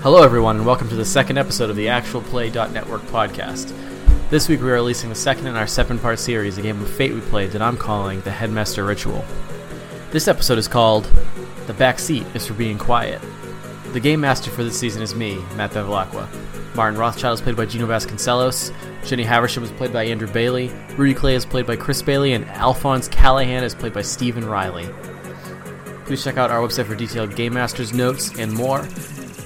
Hello, everyone, and welcome to the second episode of the Actual Play.network podcast. This week, we are releasing the second in our seven part series, a game of Fate we played that I'm calling the Headmaster Ritual. This episode is called The Back Seat is for Being Quiet. The game master for this season is me, Matt Bevilacqua. Martin Rothschild is played by Gino Vasconcelos. Jenny Haversham is played by Andrew Bailey. Rudy Clay is played by Chris Bailey. And Alphonse Callahan is played by Stephen Riley. Please check out our website for detailed Game Masters notes and more.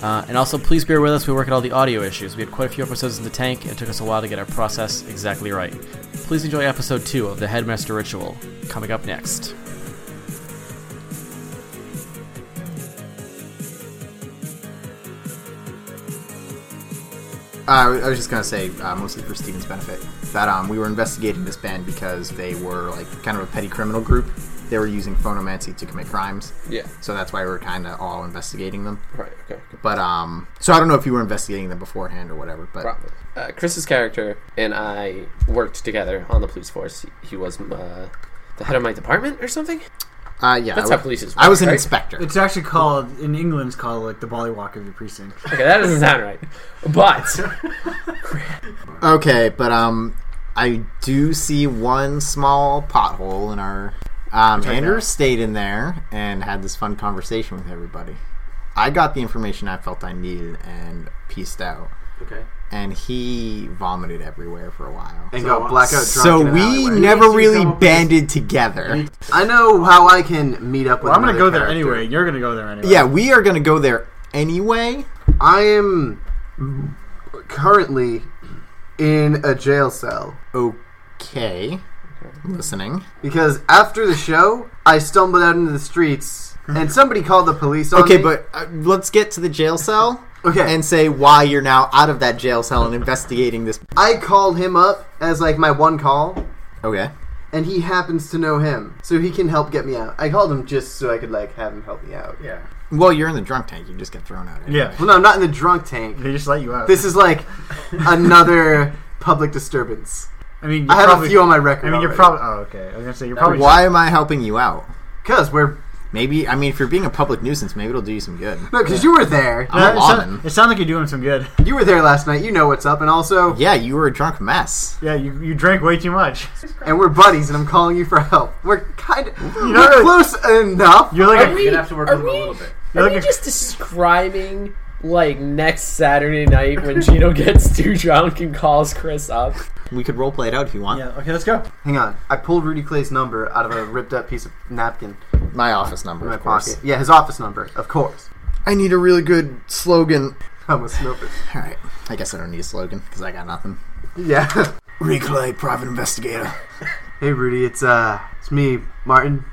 Uh, and also, please bear with us. We work at all the audio issues. We had quite a few episodes in the tank, and it took us a while to get our process exactly right. Please enjoy episode two of the Headmaster Ritual, coming up next. Uh, I was- I was just gonna say, uh, mostly for Steven's benefit, that um, we were investigating this band because they were like kind of a petty criminal group. They were using phonomancy to commit crimes, Yeah. so that's why we are kind of all investigating them. Right. Okay. good. But um, so I don't know if you were investigating them beforehand or whatever. But Probably. Uh, Chris's character and I worked together on the police force. He, he was uh, the head of my department or something. uh, yeah, That's I, how wa- police is I was an right? inspector. It's actually called in England. It's called like the Bollywalk of your precinct. Okay, that doesn't sound right. But Okay, but um, I do see one small pothole in our. Um, Andrew stayed in there and had this fun conversation with everybody. I got the information I felt I needed and pieced out. Okay. and he vomited everywhere for a while. And So, got blackout drunk. So in an we alleyway. never Yes, you really come up with banded together. I know how I can meet up with. Well, I'm gonna go another there character. anyway. You're gonna go there anyway. Yeah, we are gonna go there anyway. I am currently in a jail cell Okay, listening. because after the show, I stumbled out into the streets and somebody called the police. on Okay, me. but uh, let's get to the jail cell okay, and say why you're now out of that jail cell and investigating this. I called him up as like my one call. Okay, And he happens to know him, so he can help get me out. I called him just so I could like have him help me out. yeah. well you're in the drunk tank. You just get thrown out. anyway. Yeah. Well, no, I'm not in the drunk tank. They just let you out. This is like another public disturbance. I mean, you're I have probably, a few on my record. I mean, you're probably. Oh, okay. I was gonna say you're probably. Why am I helping you out? because we're Maybe I mean if you're being a public nuisance, maybe it'll do you some good. no, because you were there. I'm a That- it, sound, lawman. it sounds like you're doing some good. You were there last night. You know what's up, and also, Yeah, you were a drunk mess. Yeah, you, you drank way too much. and we're buddies, and I'm calling you for help. We're kind of we're know- close enough. You're like Are a, we- you're You're gonna have to work are with him a little we- bit. are like we a, just describing like next Saturday night when Gino gets too drunk and calls Chris up? We could roleplay it out if you want. yeah. Okay, let's go. Hang on, I pulled Rudy Clay's number out of a ripped up piece of napkin My office number, in my of course. pocket. Yeah, his office number, of course. I need a really good slogan. I'm a snowbird. All right. I guess I don't need a slogan because I got nothing. Yeah. Reclay, private investigator. hey, Rudy, it's uh, it's me, Martin,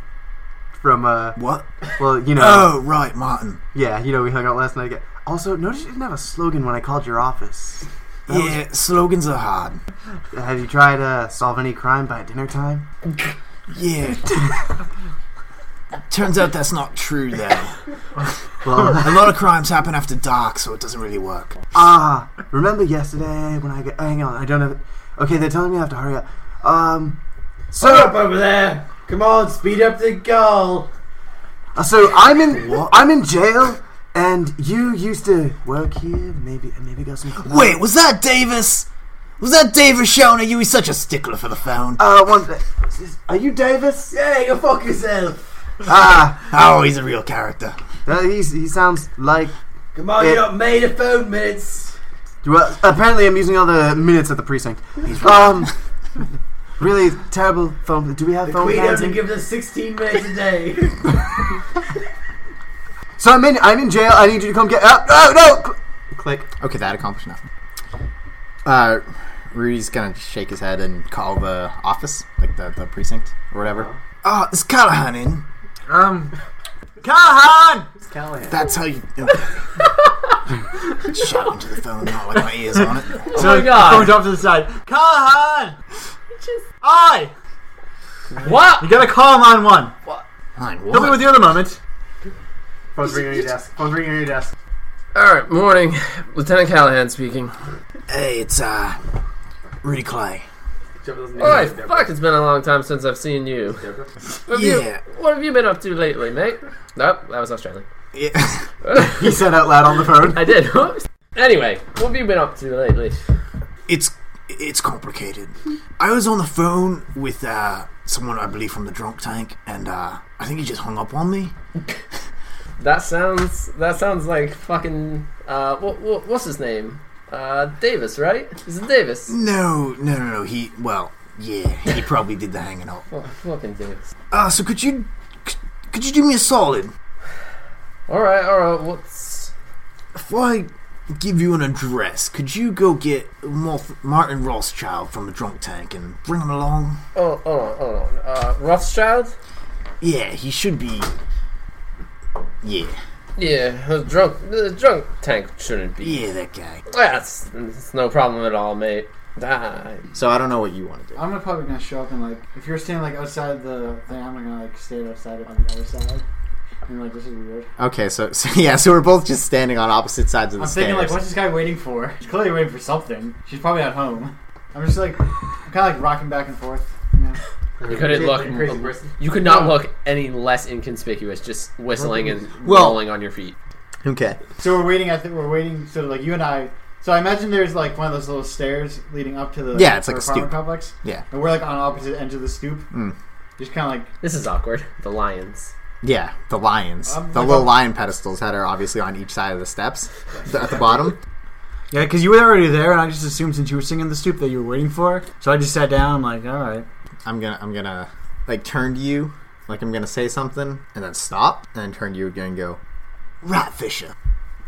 from uh, What? well, you know, Oh, right, Martin. yeah, you know, we hung out last night again. Also, notice you didn't have a slogan when I called your office. yeah, slogans are hard. Have you tried uh, solve any crime by dinner time? Yeah. Turns out that's not true, though. Well, A lot of crimes happen after dark, so it doesn't really work. ah, remember yesterday when I got, hang on, I don't have it. Okay, they're telling me I have to hurry up. Um, so over there. Come on, speed up the goal. uh, so I'm in I'm in jail, and you used to work here. Maybe maybe got some. Wait, was that Davis? Was that Davis shouting at you? He's such a stickler for the phone. Uh, one. sec. Are you Davis? Yeah, go fuck yourself. Ah, Oh, he's a real character. uh, he's, he sounds like. Come on, you don't made a phone minutes. Well, apparently I'm using all the minutes at the precinct. Um, really terrible phone. Do we have phone lines in- us 16 minutes a day. So I'm in. I'm in jail. I need you to come get. Uh, oh no! Cl- Click. Okay, that accomplished nothing. Uh, Rudy's gonna shake his head and call the office, like the, the precinct or whatever. Oh, it's Callahan in. um, Callahan! That's how you. Shout into the phone, not with my ears on it. Oh so my god! Phone's off to the side. Callahan. I. You What? gotta call line one. Fine, Help me what? with the other moment. Phone's ringing on your desk. Phone's ringing on your desk. All right, morning, Lieutenant Callahan speaking. Hey, it's uh, Rudy Clay. Boy, fuck! It's been a long time since I've seen you. What have you- Yeah. What have you been up to lately, mate? Nope, that was Australian. Yeah. He said out loud on the phone. I did. Oops. Anyway, what have you been up to lately? It's it's complicated. I was on the phone with uh, someone I believe from the drunk tank, and uh, I think he just hung up on me. That sounds that sounds like fucking uh what, what what's his name? Uh Davis, right? Is it Davis? No, no, no, no. He well, yeah, he probably did the hanging up. Fuck- fucking Davis. Uh, so could you could, could you do me a solid? All right, all right. What's If I give you an address, could you go get Mar- Martin Rothschild from the drunk tank and bring him along? Oh, oh, oh, uh, Rothschild? Yeah, he should be. Yeah, Yeah, a drunk. The drunk tank shouldn't be. yeah, that guy. That's, that's no problem at all, mate. Ah, So I don't know what you want to do. I'm gonna probably gonna show up and like if you're standing like outside the thing, I'm gonna like stand outside on the other side. And like this is weird. Okay, so, so yeah, so we're both just standing on opposite sides of the I'm stairs. thinking like, what's this guy waiting for? He's clearly waiting for something. She's probably at home. I'm just like, I'm kind of like rocking back and forth. You know? you couldn't look. Crazy person. You could not look any less inconspicuous. Just whistling and rolling on your feet. okay. So we're waiting. I think we're waiting. So like you and I. So I imagine there's like one of those little stairs leading up to the Yeah, it's like her a apartment stoop. complex. Yeah. and we're like on opposite ends of the stoop. Mm. Just kind of like This is awkward. The lions. Yeah, the lions. Um, the like little a- lion pedestals that are obviously on each side of the steps th- at the bottom. Yeah, because you were already there, and I just assumed since you were singing the stoop that you were waiting for. So I just sat down. I'm like, all right. I'm gonna I'm gonna like turn to you, like I'm gonna say something, and then stop, and then turn to you again and go, Ratfisher,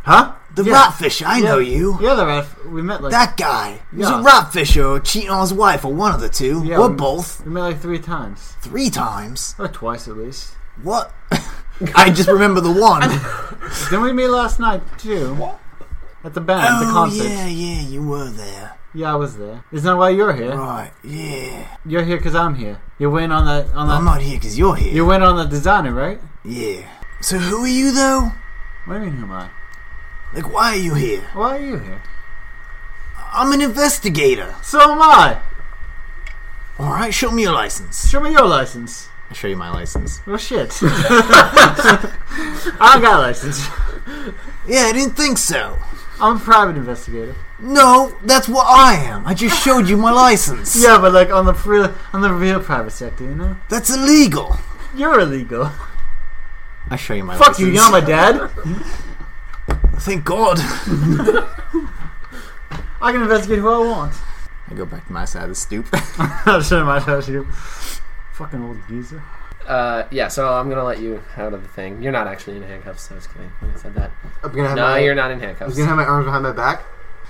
Huh? the Yeah. ratfisher. I know Yeah. you. Yeah, the ref. We met like That guy. He was Yeah. a ratfisher or cheating on his wife or one of the two. Yeah, or we- both. we met like three times, Three times. or twice at least. What? I just remember the one. Then we met last night too. At the band, the oh, concert. yeah, Yeah. yeah, you were there. I was there. Isn't that why you're here? Right, yeah. You're here because I'm here. You went on that on I'm that. not here because you're here. You went on the designer, right? yeah. So who are you, though? What do you mean, who am I? Like, why are you here? Why are you here? I'm an investigator. So am I. Alright, show me your license. Show me your license. "I show you my license." Well, shit. I don't got a license. Yeah, I didn't think so. I'm a private investigator. No, that's what I am. I just showed you my license. Yeah, but like on the real, on the real private sector, you know. That's illegal. You're illegal. I show you my Fuck license. you, you're not my dad. Thank God. I can investigate who I want. I go back to my side of the stoop. I'll show my house you. Fucking old geezer. Uh, yeah. So I'm gonna let you out of the thing. You're not actually in handcuffs. I was kidding when I said that. I'm gonna have No, my, you're not in handcuffs. I'm gonna have my arms behind my back.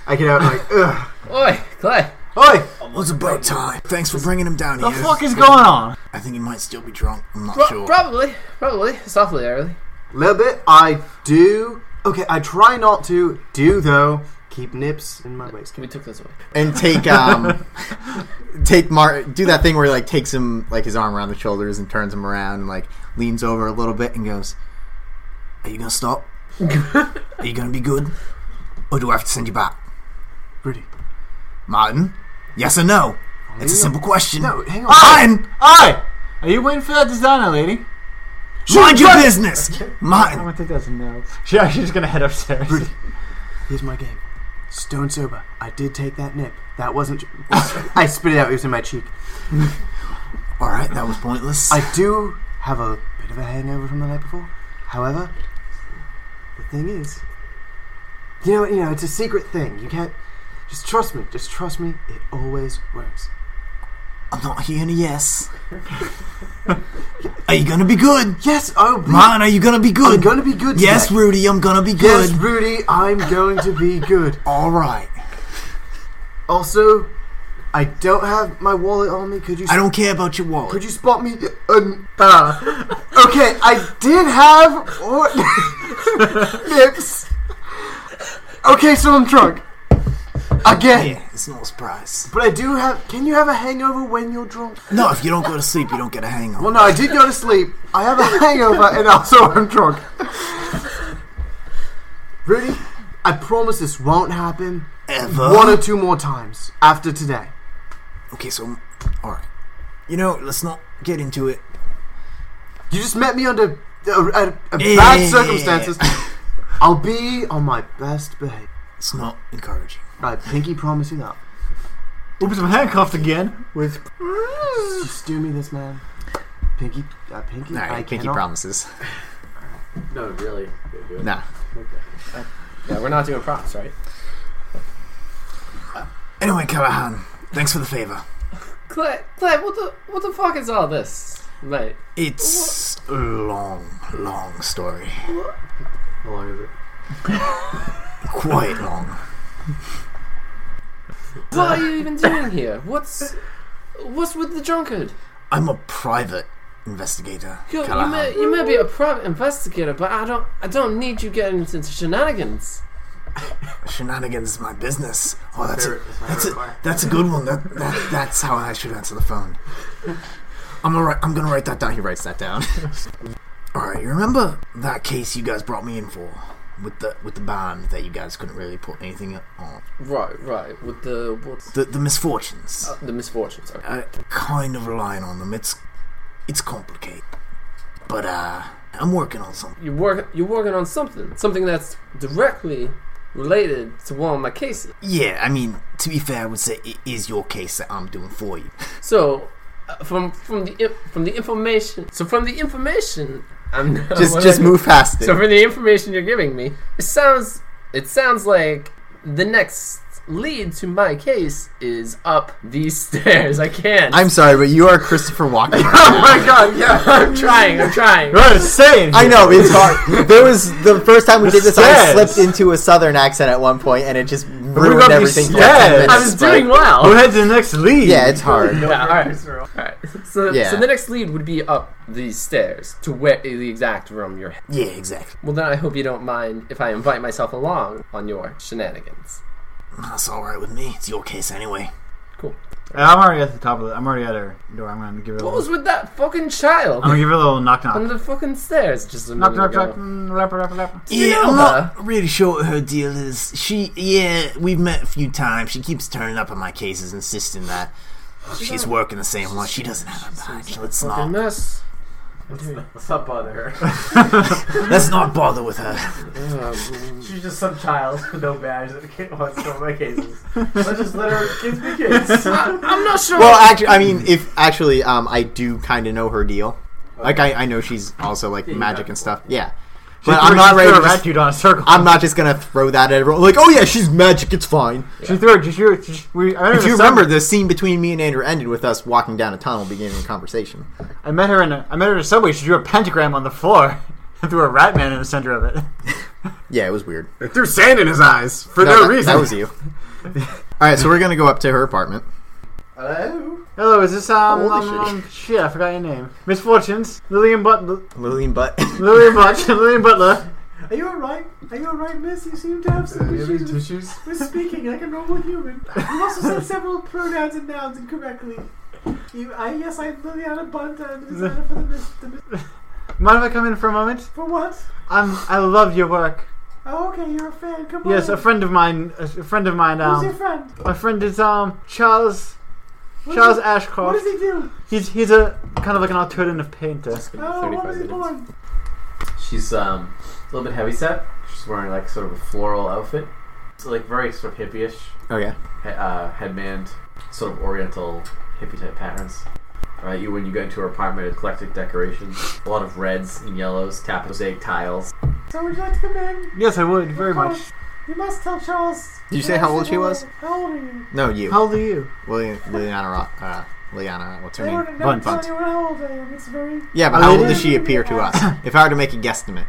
I get out and like, ugh. Oi, Clay. Oi, Well, it's about time. Thanks for bringing him down the here. fuck is going on? I think he might still be drunk. I'm not Pro- sure. Probably, probably. It's awfully early. Little bit. I do. Okay, I try not to. Do though. Keep nips in my waist. We took this away. and take um take Mar do that thing where he like takes him like his arm around the shoulders and turns him around and like leans over a little bit and goes, Are you gonna stop? Are you gonna be good? Or do I have to send you back? Pretty. Martin? Yes or no? It's a simple question. No, hang on. Ah! Martin! Oi, are you waiting for that designer lady? Mind your business! I'm Martin! gonna take that as a no. yeah, she's just gonna head upstairs. Here's my game. Stone sober. I did take that nip. That wasn't. I spit it out. It was in my cheek. Alright, that was pointless. I do have a bit of a hangover from the night before. However, the thing is, you know, you know, it's a secret thing. You can't. Just trust me. Just trust me. It always works. I'm not hearing a yes. are you gonna be good? Yes. Oh, Rudy, Martin, are you gonna be I'm good? gonna be good. yes, today. Rudy, I'm gonna be good. Yes, Rudy. I'm going to be good. Alright. Also, I don't have my wallet on me. Could you? I don't care about your wallet. Could you spot me? Um, uh, okay, I did have or nips. Okay, so I'm drunk again. yeah, it's not a surprise. But I do have. Can you have a hangover when you're drunk? No, if you don't go to sleep, you don't get a hangover. Well, no, I did go to sleep. I have a hangover, and also I'm drunk. Rudy, I promise this won't happen. Ever. One or two more times after today. okay, so, alright. You know, let's not get into it. You just met me under uh, uh, uh, bad Yeah. circumstances, I'll be on my best behavior. It's not encouraging. I pinky promise you that. Oops, I'm handcuffed again. With Just do me this, man. Pinky, uh, pinky, All right, I pinky cannot- promises. No, really. Nah. Yeah, we're not doing props, right? Anyway, Callahan, thanks for the favor. Clay, Clay, what the what the fuck is all this? Like, It's a long, long story. How long is it? Quite long. what are you even doing here? What's what's with the drunkard? I'm a private investigator, You, you, Callahan. may, you may be a private investigator, but I don't I don't need you getting into shenanigans. Shenanigans is my business. Oh, that's a, favorite- it's my that's favorite a, part. that's a good one. That, that that's how I should answer the phone. I'm gonna write, I'm gonna write that down. He writes that down. All right, you remember that case you guys brought me in for with the with the band that you guys couldn't really put anything on Right, right. With the what's the the misfortunes. uh, the misfortunes? Okay. I kind of relying on them. It's it's complicated, but uh, I'm working on something. You work you're working on something, something that's directly related to one of my cases. Yeah, I mean, to be fair, I would say it is your case that I'm doing for you. So, uh, from from the in- from the information, so from the information, I'm just just move past it. So from the information you're giving me, it sounds it sounds like the next lead to my case is up these stairs. I can't. I'm sorry, but you are Christopher Walken. oh my god! Yeah, I'm trying. I'm trying. what is saying? I know it's hard. There was the first time we did this, I Yes. slipped into a Southern accent at one point, and it just ruined got everything. these for like 10 yes. minutes, I was but- doing well. Go ahead to the next lead. Yeah, it's hard. Yeah, all right. All right. So, Yeah. so the next lead would be up these stairs to where the exact room you're. in. Yeah, exactly. Well, then I hope you don't mind if I invite myself along on your shenanigans. That's all right with me. It's your case anyway. Cool. I'm already at the top of the. I'm already at her door. I'm gonna give her. A What was little, with that fucking child I'm gonna give her a little knock on knock. the fucking stairs just a Knock minute knock knock. ago? mm, Rap rap rap. you yeah, know I'm her? not really sure what her deal is. She, yeah, we've met a few times. She keeps turning up on my cases, insisting that she's working the same one. She doesn't have a badge. Let's Fucking not, mess. Let's not bother her. let's not bother with her. She's just some child with no badge that can't watch some of my cases. Let's just let her kids be kids. I'm not sure. Well, actually, I mean, if actually, um, I do kind of know her deal. Like, I, I know she's also like Yeah, you magic got and it. stuff. Yeah, but I'm not ready. To She threw a rat just, dude on a circle. I'm not just gonna throw that at everyone. Like, oh yeah, she's magic. It's fine. She threw. it- She threw. it- she- We. I If you remember, the scene between me and Andrew ended with us walking down a tunnel, beginning a conversation. I met her in a. I met her in a subway. She drew a pentagram on the floor and threw a rat man in the center of it. Yeah, it was weird. They threw sand in his eyes for no, that, reason. That was you. All right, so we're gonna go up to her apartment. Hello? Hello, is this um, Holy um, shit. um, shit? I forgot your name. Misfortunes, Lillian Butler, Lillian Butt. Lillian Butler, Lillian Butler. Are you alright? Are you alright, miss? You seem to have Uh, some you have any issues with- tissues? with speaking like a normal human. You also said several pronouns and nouns incorrectly. You, I yes, I'm Liliana Bunta, and designer for the miss, the miss. Mind if I come in for a moment? For what? I'm. I love your work. Oh, okay, you're a fan. Come on. Yes, a friend of mine. A friend of mine. Who's your Um, friend? my friend is um Charles What Charles does he- What Ashcroft. does he do? He's he's a kind of like an alternative painter. It's gonna be Oh, when 35 was he minutes. born? She's um A little bit heavy set. She's wearing like sort of a floral outfit. It's like very sort of hippie-ish Okay. he- uh, headband, sort of oriental hippie type patterns. Uh, you when you go into her apartment, eclectic decorations, a lot of reds and yellows, tapestry tiles. So would you like to come in? Yes, I would very Of much. course. You must tell Charles. Did you that say I how said old she hello. was? How old are you? No, you. How old are you? Lillian, Liliana Rock. Uh, Liliana, what's her They name? wouldn't Bunt, never tell bunt. anyone how old I am. It's very Yeah, but Uh, how old Lillian. does she appear to us? If I were to make a guesstimate,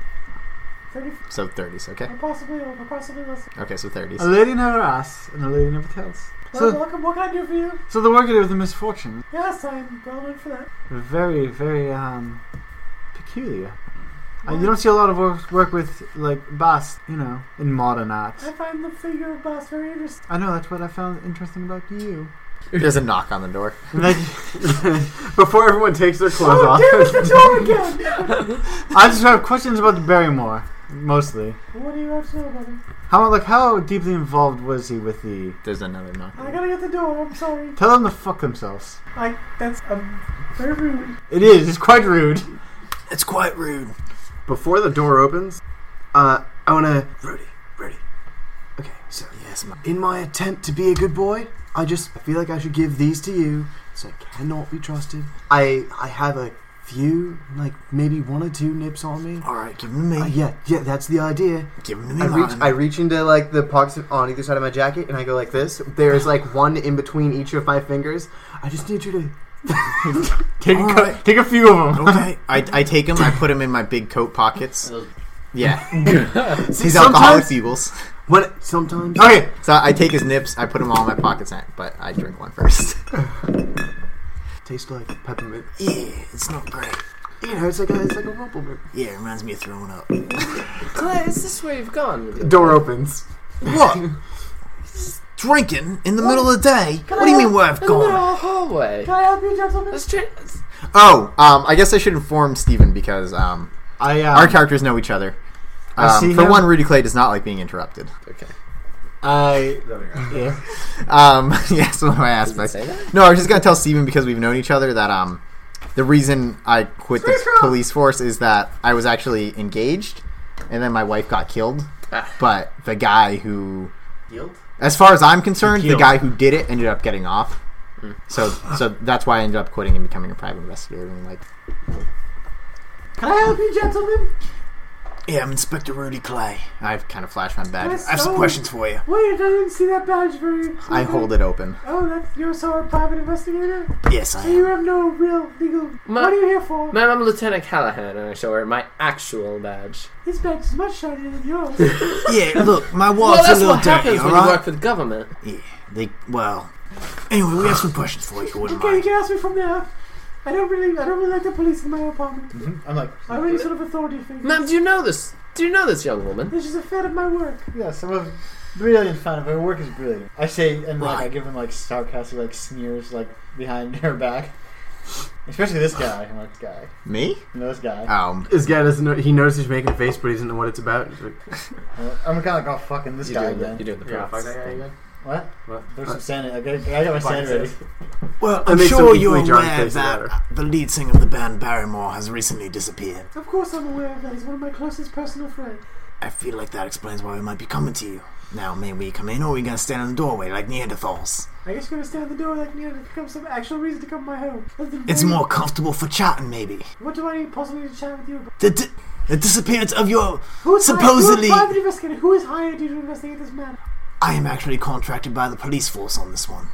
thirty so 30s. Okay. or possibly old or possibly less. Okay, so A 30s. lady never asks, and a lady never tells. Well, So, welcome. What can I do for you? so the work I do with the misfortune, Yes, I'm well known for that. very, very um, peculiar. Uh, you don't see a lot of work, work with like bust, you know, in modern art. I find the figure of Boss very interesting. I know that's what I found interesting about you. There's a knock on the door. And like, Before everyone takes their clothes Oh, damn, it's the door again! I just have questions about the Barrymore, mostly. what do you have to know about it? How like how deeply involved was he with the? There's another knock. I gotta get the door. I'm sorry. Tell them to fuck themselves. I that's um, very rude. It is. It's quite rude. It's quite rude. Before the door opens, uh, I want to. Rudy, Rudy. Okay, so Yes, my. in my attempt to be a good boy, I just I feel like I should give these to you, so I cannot be trusted. I I have a few, like maybe one or two nips on me. All right, give him to Uh, me. yeah, yeah, that's the idea. Give him to me. I reach, Martin. I reach into like the pockets on either side of my jacket, and I go like this. There's like one in between each of my fingers. I just need you to. Take a, All cou- right. take a few of them. okay. I, I take him. I put him in my big coat pockets. Those- Yeah, See, he's alcoholic sometimes- Feebles. When sometimes Okay, so I take his nips. I put them all in my pockets, and- but I drink one first. tastes like peppermint. Yeah, it's not great. You know, it's like a, it's like a rumplemint. Yeah, it reminds me of throwing up. Clay, is this where you've gone? with it? Door opens. What? Drinking in the middle of the day? What do you mean where I've In the middle gone? of the hallway. Can I help you, gentlemen? Let's try. let's- Oh, um, I guess I should inform Steven because um, I our uh, characters know each other. I Um, see for him. one, Rudy Clay does not like being interrupted. Okay. I yeah. Um, yes, one of my aspects. Say that? No, I was just gonna tell Steven because we've known each other that um, the reason I quit the police force is that I was actually engaged, and then my wife got killed. Ah. But the guy who, Yield? as far as I'm concerned, the Killed. guy who did it ended up getting off. Hmm. So, so that's why I ended up quitting and becoming a private investigator. And like, Can I help you, gentlemen? Yeah, I'm Inspector Rudy Clay. I've kind of flashed my badge. Yes. I have some Oh. questions for you. Wait, I didn't see that badge for you. I hold it open. Oh, that's you're so a private investigator. Yes, I So you am. have no real legal. Ma- what are you here for? Ma'am, I'm Lieutenant Callahan, and I show her my actual badge. this badge is much shinier than yours. Yeah, look, my well, wallet's that's a little what dirty, happens when you work alright? for the government. Yeah, they, well. Anyway, we have some questions for you, if you wouldn't okay, you mind. can ask me from there. I don't really, I don't really like the police in my apartment. mhm, I'm like I'm really sort of authority figure. Ma'am, do you know this? Do you know this young woman? This is a fan of my work. yeah. Some of brilliant fan of her work is brilliant. I say and like I Right. give him like sarcastic like sneers like behind her back. Especially this guy. I'm like, this guy. Me? You know this guy. Um, This guy doesn't know. He knows he's making a face, but he doesn't know what it's about. He's like, I'm kind of like, oh, fucking this You're guy doing, the, again. you're doing the Yeah, fuck props that guy thing. again. What? What? There's some sanity. I got, I got my sanity ready. Well, I I'm make some sure you're equally jarring aware faces that at the lead singer of the band Barrymore has recently disappeared. Of course, I'm aware of that. He's one of my closest personal friends. I feel like that explains why we might be coming to you. Now, may we come in, or are we gonna stand in the doorway like Neanderthals? I guess you're gonna stand at the door like me and become some actual reason to come to my home. That's the It's very- more comfortable for chatting, maybe. What do I need possibly to chat with you? about? The, di- the disappearance of your. Who is Supposedly- hired, who is private investigator? Who is hired you to investigate this matter? I am actually contracted by the police force on this one.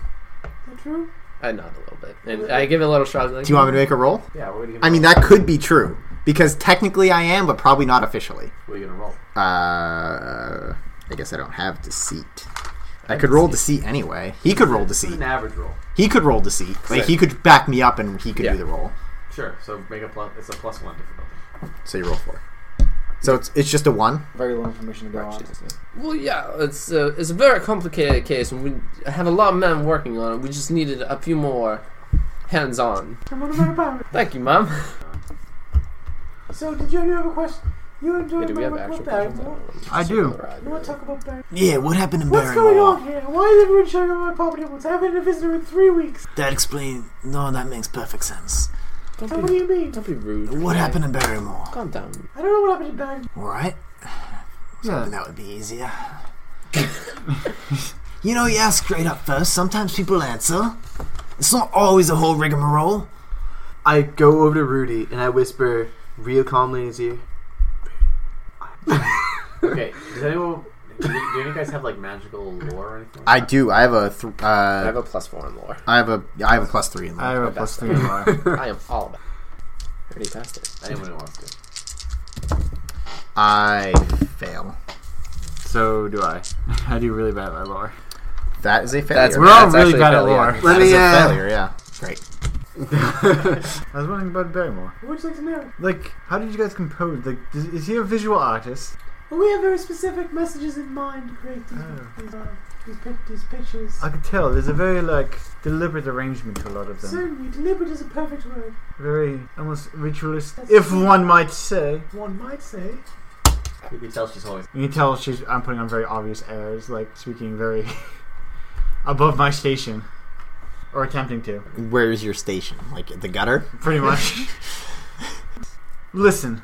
Is that true? I nod a little bit. And I give it a little shrug. Like, do you want me to make a roll? Yeah, what are you gonna I mean, that could be true because technically I am, but probably not officially. What are you gonna roll? Uh, I guess I don't have deceit. I could roll deceit anyway. He could roll This is deceit. an average roll. He could roll deceit. Like he could back me up, and he could Yeah. do the roll. Sure, so make a plus. It's a plus one difficulty. So you roll four. So it's, it's just a one. Very little information to go on. Well, yeah, it's a, it's a very complicated case, and we have a lot of men working on it. We just needed a few more hands on. From one of my apartment. Thank you, Mom. So, did you have a question? You enjoy Wait, do we my have work actual about questions? Barrymore? I do. You want to talk about Barrymore? Yeah, what happened in What's Barrymore? going on here? Why is everyone showing up at my property at once? I haven't had a visitor in three weeks. That explains. No, that makes perfect sense. Don't So what be, do you mean? don't be rude. What okay? happened in Barrymore? Calm down. I don't know what happened to Barrymore. Alright, Yeah. that would be easier. you know, you ask straight up first. Sometimes people answer. It's not always a whole rigmarole. I go over to Rudy and I whisper real calmly in his ear. Okay, does anyone. Do you do any guys have like magical lore or anything? I do. I have a. Th- I uh, have a plus four in lore. I have a. I have a plus three in I that. have a plus three in bar. I am all about it. Pretty fast. Anyone who wants to. I fail. So do I. I do really bad at my lore. That is a failure. We're all really bad at lore. That Let is me, a uh, failure. Yeah. Great. I was wondering about Barrymore. What would you like to know? Like, how did you guys compose? Like, is, is he a visual artist? Well, we have very specific messages in mind to create these, these, uh, these, pic- these pictures. I could tell there's a very like deliberate arrangement to a lot of them. Certainly, deliberate is a perfect word. Very almost ritualist, That's- if one might say. One might say. You can tell she's always. You can tell she's. I'm putting on very obvious errors, like speaking very above my station, or attempting to. Where is your station? Like the gutter? Pretty much. Listen,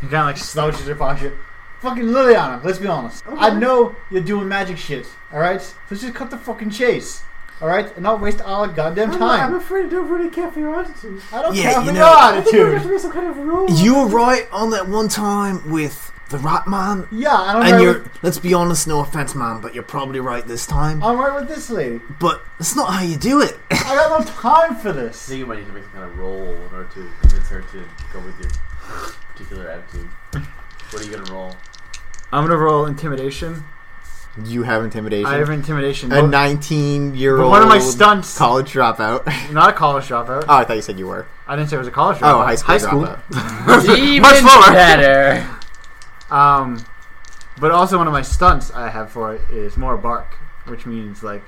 He kind of like slouches in your pocket. Fucking Liliana, let's be honest. I Okay. know you're doing magic shit, alright? So just cut the fucking chase, alright? And not waste all our goddamn I'm, time. I'm afraid I don't really care for your attitude. I don't Yeah, care you for know- your I think there has to attitude. be some kind of rule. You were right on that one time with the right man, Yeah, I don't and know. you're. Let's be honest, no offense, man, but you're probably right this time. I'm right with this lady. But that's not how you do it. I got no time for I this. think you might need to make a kind of roll in order to convince her to go with your particular attitude. What are you gonna roll? I'm gonna roll intimidation. You have intimidation. I have intimidation. a 19 year But old. one of my stunts- College dropout. not a college dropout. oh, I thought you said you were. I didn't say it was a college dropout. Oh, high school. High school. dropout. Even Much lower. better. Um, but also one of my stunts I have for it is more bark, which means like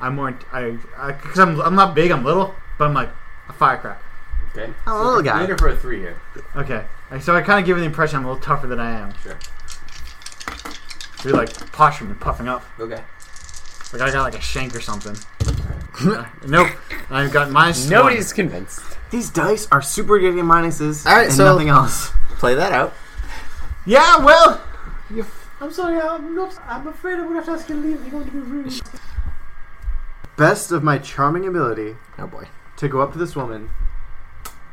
I'm more I because I'm I'm not big, I'm little, but I'm like a firecracker. Okay. I'm a little You're guy. looking for a three here. Okay, Like, so I kind of give the impression I'm a little tougher than I am. Sure. So you're like posturing and puffing up, Okay. like I got like a shank or something. Uh, nope, I've got my Nobody's convinced. These dice are super getting minuses All right, and so- nothing else. Play that out. Yeah, well, I'm sorry, I'm not. I'm afraid I would have to ask you to leave. You're going to be rude. Best of my charming ability Oh boy. to go up to this woman,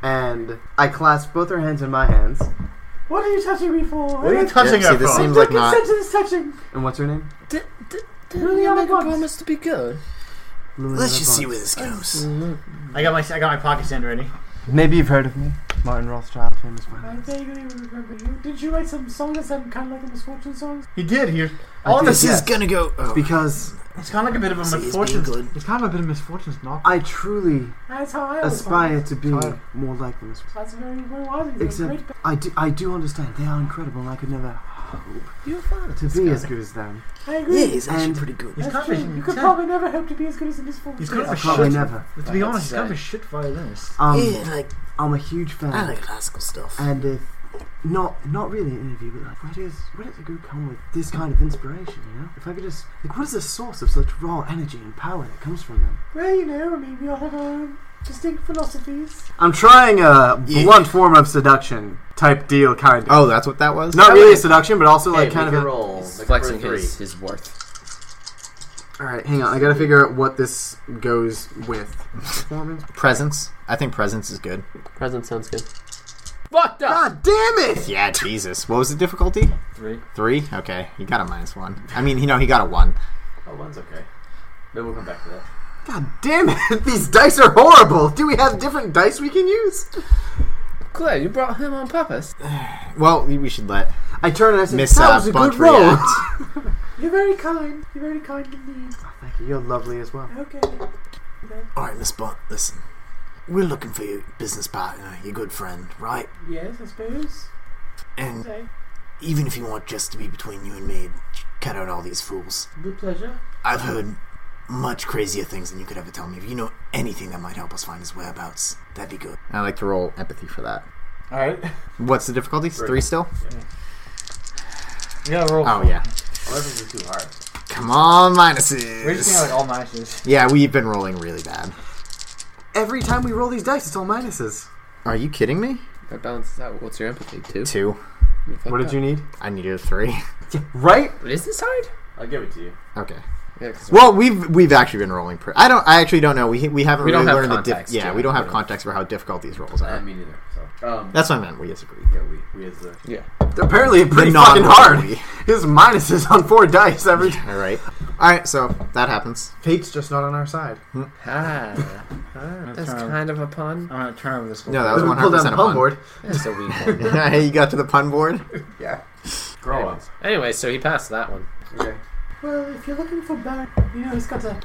and I clasp both her hands in my hands. What are you touching me for? what are you touching Yeah, see, her this for? seems- I like don't not- consent to this touching. And what's her name? Did, did, did Really, you I make a want- promise to be good? Let's just see where this goes. Mm-hmm. I got my I got my pocket sand ready. Maybe you've heard of me, Martin Rothschild, famous I one. vaguely remember you. Did you write some song that sounded kind of like a misfortune song? He did. He I all did, this This is yeah. is gonna go. Oh, Because it's kind of like a bit of a see, it's misfortune. being good. It's kind of a bit of misfortune's knock. I truly That's how I always aspire found to be more like them. it. That's very, very wise. of you. Except Great- I do, I do understand they are incredible. and I could never hope You're fine. to be as good as them. I Yeah, agree. it's actually And- pretty good. He's That's kind true. of a- You could yeah. probably never hope to be as good as a misfortune. He's kind of song. a Probably shit. never. But to I be have honest, to he's kind of say. a shit violinist. Um, yeah, like I'm a huge I fan, like classical stuff. and if not not really an interview, but like, where does where does a group come with this kind of inspiration? You know, if I could just like, what is the source of such raw energy and power that comes from them? Well, you know, I mean, we all have our own distinct philosophies. I'm trying a Yeah. blunt form of seduction type deal, kind of. Oh, that's what that was? Not really a seduction, but also Hey, like kind make of your a. roll. Make He's it flexing for a three. his, his worth. All right, hang on. I gotta figure out what this goes with. Performance. Presence. I think presence is good. Present sounds good. Fucked up. God damn it! Yeah, Jesus. What was the difficulty? Three. Three? Okay. He got a minus one. I mean, you know, he got a one. Oh, one's okay. Maybe we'll come back to that. God damn it! These dice are horrible. Do we have different dice we can use? Claire, you brought him on purpose. Well, we should let I turn and I say, Miss "That uh, was a Bunt good roll." react. You're very kind. You're very kind indeed. Thank you. You're lovely as well. Okay. All right, Miss Bunt, listen. We're looking for your business partner, your good friend, right? Yes, I suppose. And Okay. even if you want just to be between you and me, cut out all these fools. With pleasure. I've heard much crazier things than you could ever tell me. If you know anything that might help us find his whereabouts, that'd be good. I like to roll empathy for that. All right. What's the difficulty? Three. Three still? Yeah, roll. Oh, yeah. What if it's too hard? Come on, We're just gonna like minuses. all matches. Yeah, we've been rolling really bad. Every time we roll these dice, it's all minuses. Are you kidding me? That balances out. What's your empathy? Two. Two. What did you need? I needed a three. Right? Is this hard? I'll give it to you. Okay. Yeah, 'cause Well, we've we've actually been rolling. Pre- I don't. I actually don't know. We we haven't We don't really have learned the diff- context, Yeah, yeah. we don't have context for how difficult these rolls Uh, are. me neither. So, um, That's what I meant. We disagree. yeah, we we as the Apparently, pretty The fucking non-roll hard. we- His minuses on four dice every time. All right. All right. So that happens. Fate's just not on our side. Ah, ah, that's Turn. kind of a pun. I'm gonna turn over this. No, that We was one hundred pulled down the percent a pun pun board. board. That's a weak one. you got to the pun board. grow up. Anyway, so he passed that one. Okay. Well, if you're looking for Barry, you know, he's got a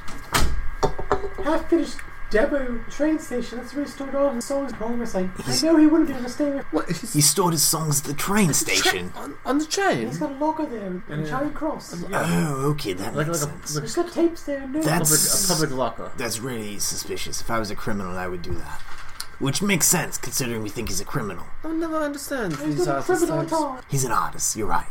half-finished demo train station. That's where he stored all his songs. Promise, I, I know he wouldn't be able to stay with What? He stored his songs at the train station. on, on the train? He's got a locker there in Charing Cross. Oh, okay, that Like, makes like a, sense. like He's got tapes there. No, a public, That's a public locker. that's really suspicious. If I was a criminal, I would do that. Which makes sense considering we think he's a criminal. I never understand he's these got a artists. criminal at all. He's an artist. You're right.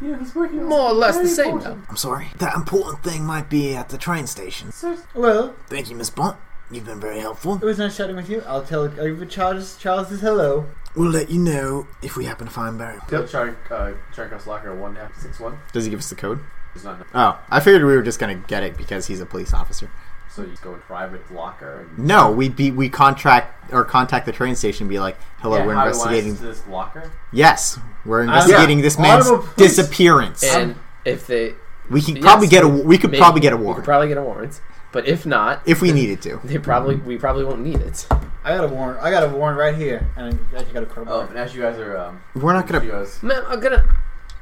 You know, he's working on More or less the very same, important- I'm sorry. That important thing might be at the train station. So, Well, Thank you, Miss Bunt. You've been very helpful. it was nice chatting with you. I'll tell. I'll give Charles, Charles is hello. We'll let you know if we happen to find Barry. Yep. Char- uh, Czechoslovakia one half six one. Does he give us the code? It's not Oh, I figured we were just gonna get it because he's a police officer. so you go in private locker and No, we be we contract or contact the train station and be like, "Hello, Yeah, we're how do I access investigating." this locker. Yes, we're investigating this man's Audible, please. disappearance. And if they we could yes, probably get a we could maybe- probably get a we could warrant probably get a warrant. But if not, if we needed to. they probably we probably won't need it. I got a warrant. I got a warrant right here, and I actually got a Oh, crowbar. and as you guys are, um, We're not you gonna. guys, Man, I'm gonna.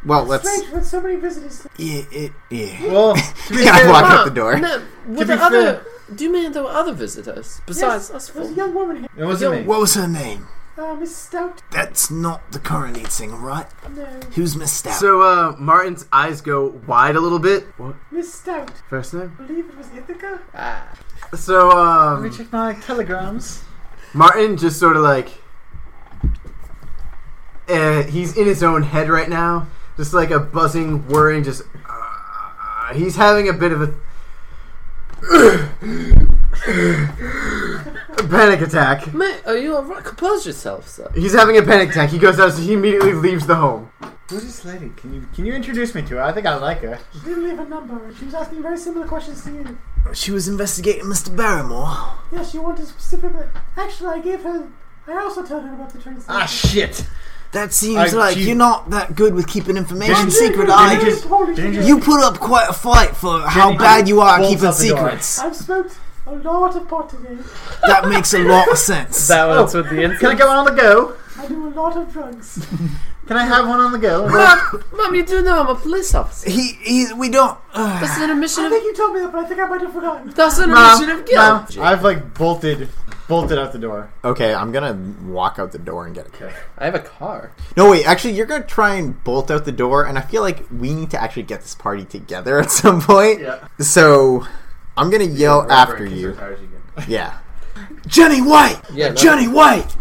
Well, let's. Strange, with so many visitors. Yeah, it, yeah. Well, He's gonna walk Mom, out the door. No, To with be the other. Do you mean there were other visitors besides us There's a four? young woman here. it wasn't me. What was her name? Uh, Miss Stout. That's not the current lead singer, right? No. Who's missed out? So uh, Martin's eyes go wide a little bit. What Miss Stout. first name? I believe it was Ithaca. Ah, So Let me um, check my telegrams. Martin just sort of like uh, he's in his own head right now, just like a buzzing, whirring. Just uh, he's having a bit of a, a panic attack. mate, are you alright? Compose yourself, sir. He's having a panic attack. He goes out. So he immediately leaves the home. Who's this lady? Can you can you introduce me to her? I think I like her. She didn't leave a number. She was asking very similar questions to you. She was investigating Mr. Barrymore. Yeah, she wanted specifically. Actually, I gave her. I also told her about the train station. Ah shit! That seems I- like she- you're not that good with keeping information Didn't- secret, Jenny, are Jenny you? just- Polly, didn't you- You put up quite a fight for how Jenny bad you are at bolts keeping out the door. secrets. I've smoked a lot of pot today. that makes a lot of sense. That was Oh. with the Can I inside. get one on the go? I do a lot of drugs. Can I have one on the go? Mom, mom, you do know I'm a police officer. He, he, we don't. uh, That's an admission I of. think you told me that, but I think I might have forgotten. That's an Mom, admission of Mom, guilt. Um, I've like bolted, bolted out the door. Okay, I'm gonna walk out the door and get it. I have a car. No, wait. Actually, you're gonna try and bolt out the door, and I feel like we need to actually get this party together at some point. Yeah. So, I'm gonna yell Wherever after it gets you. as hard as you can. Yeah. Jenny White! Yeah, no. Jenny White!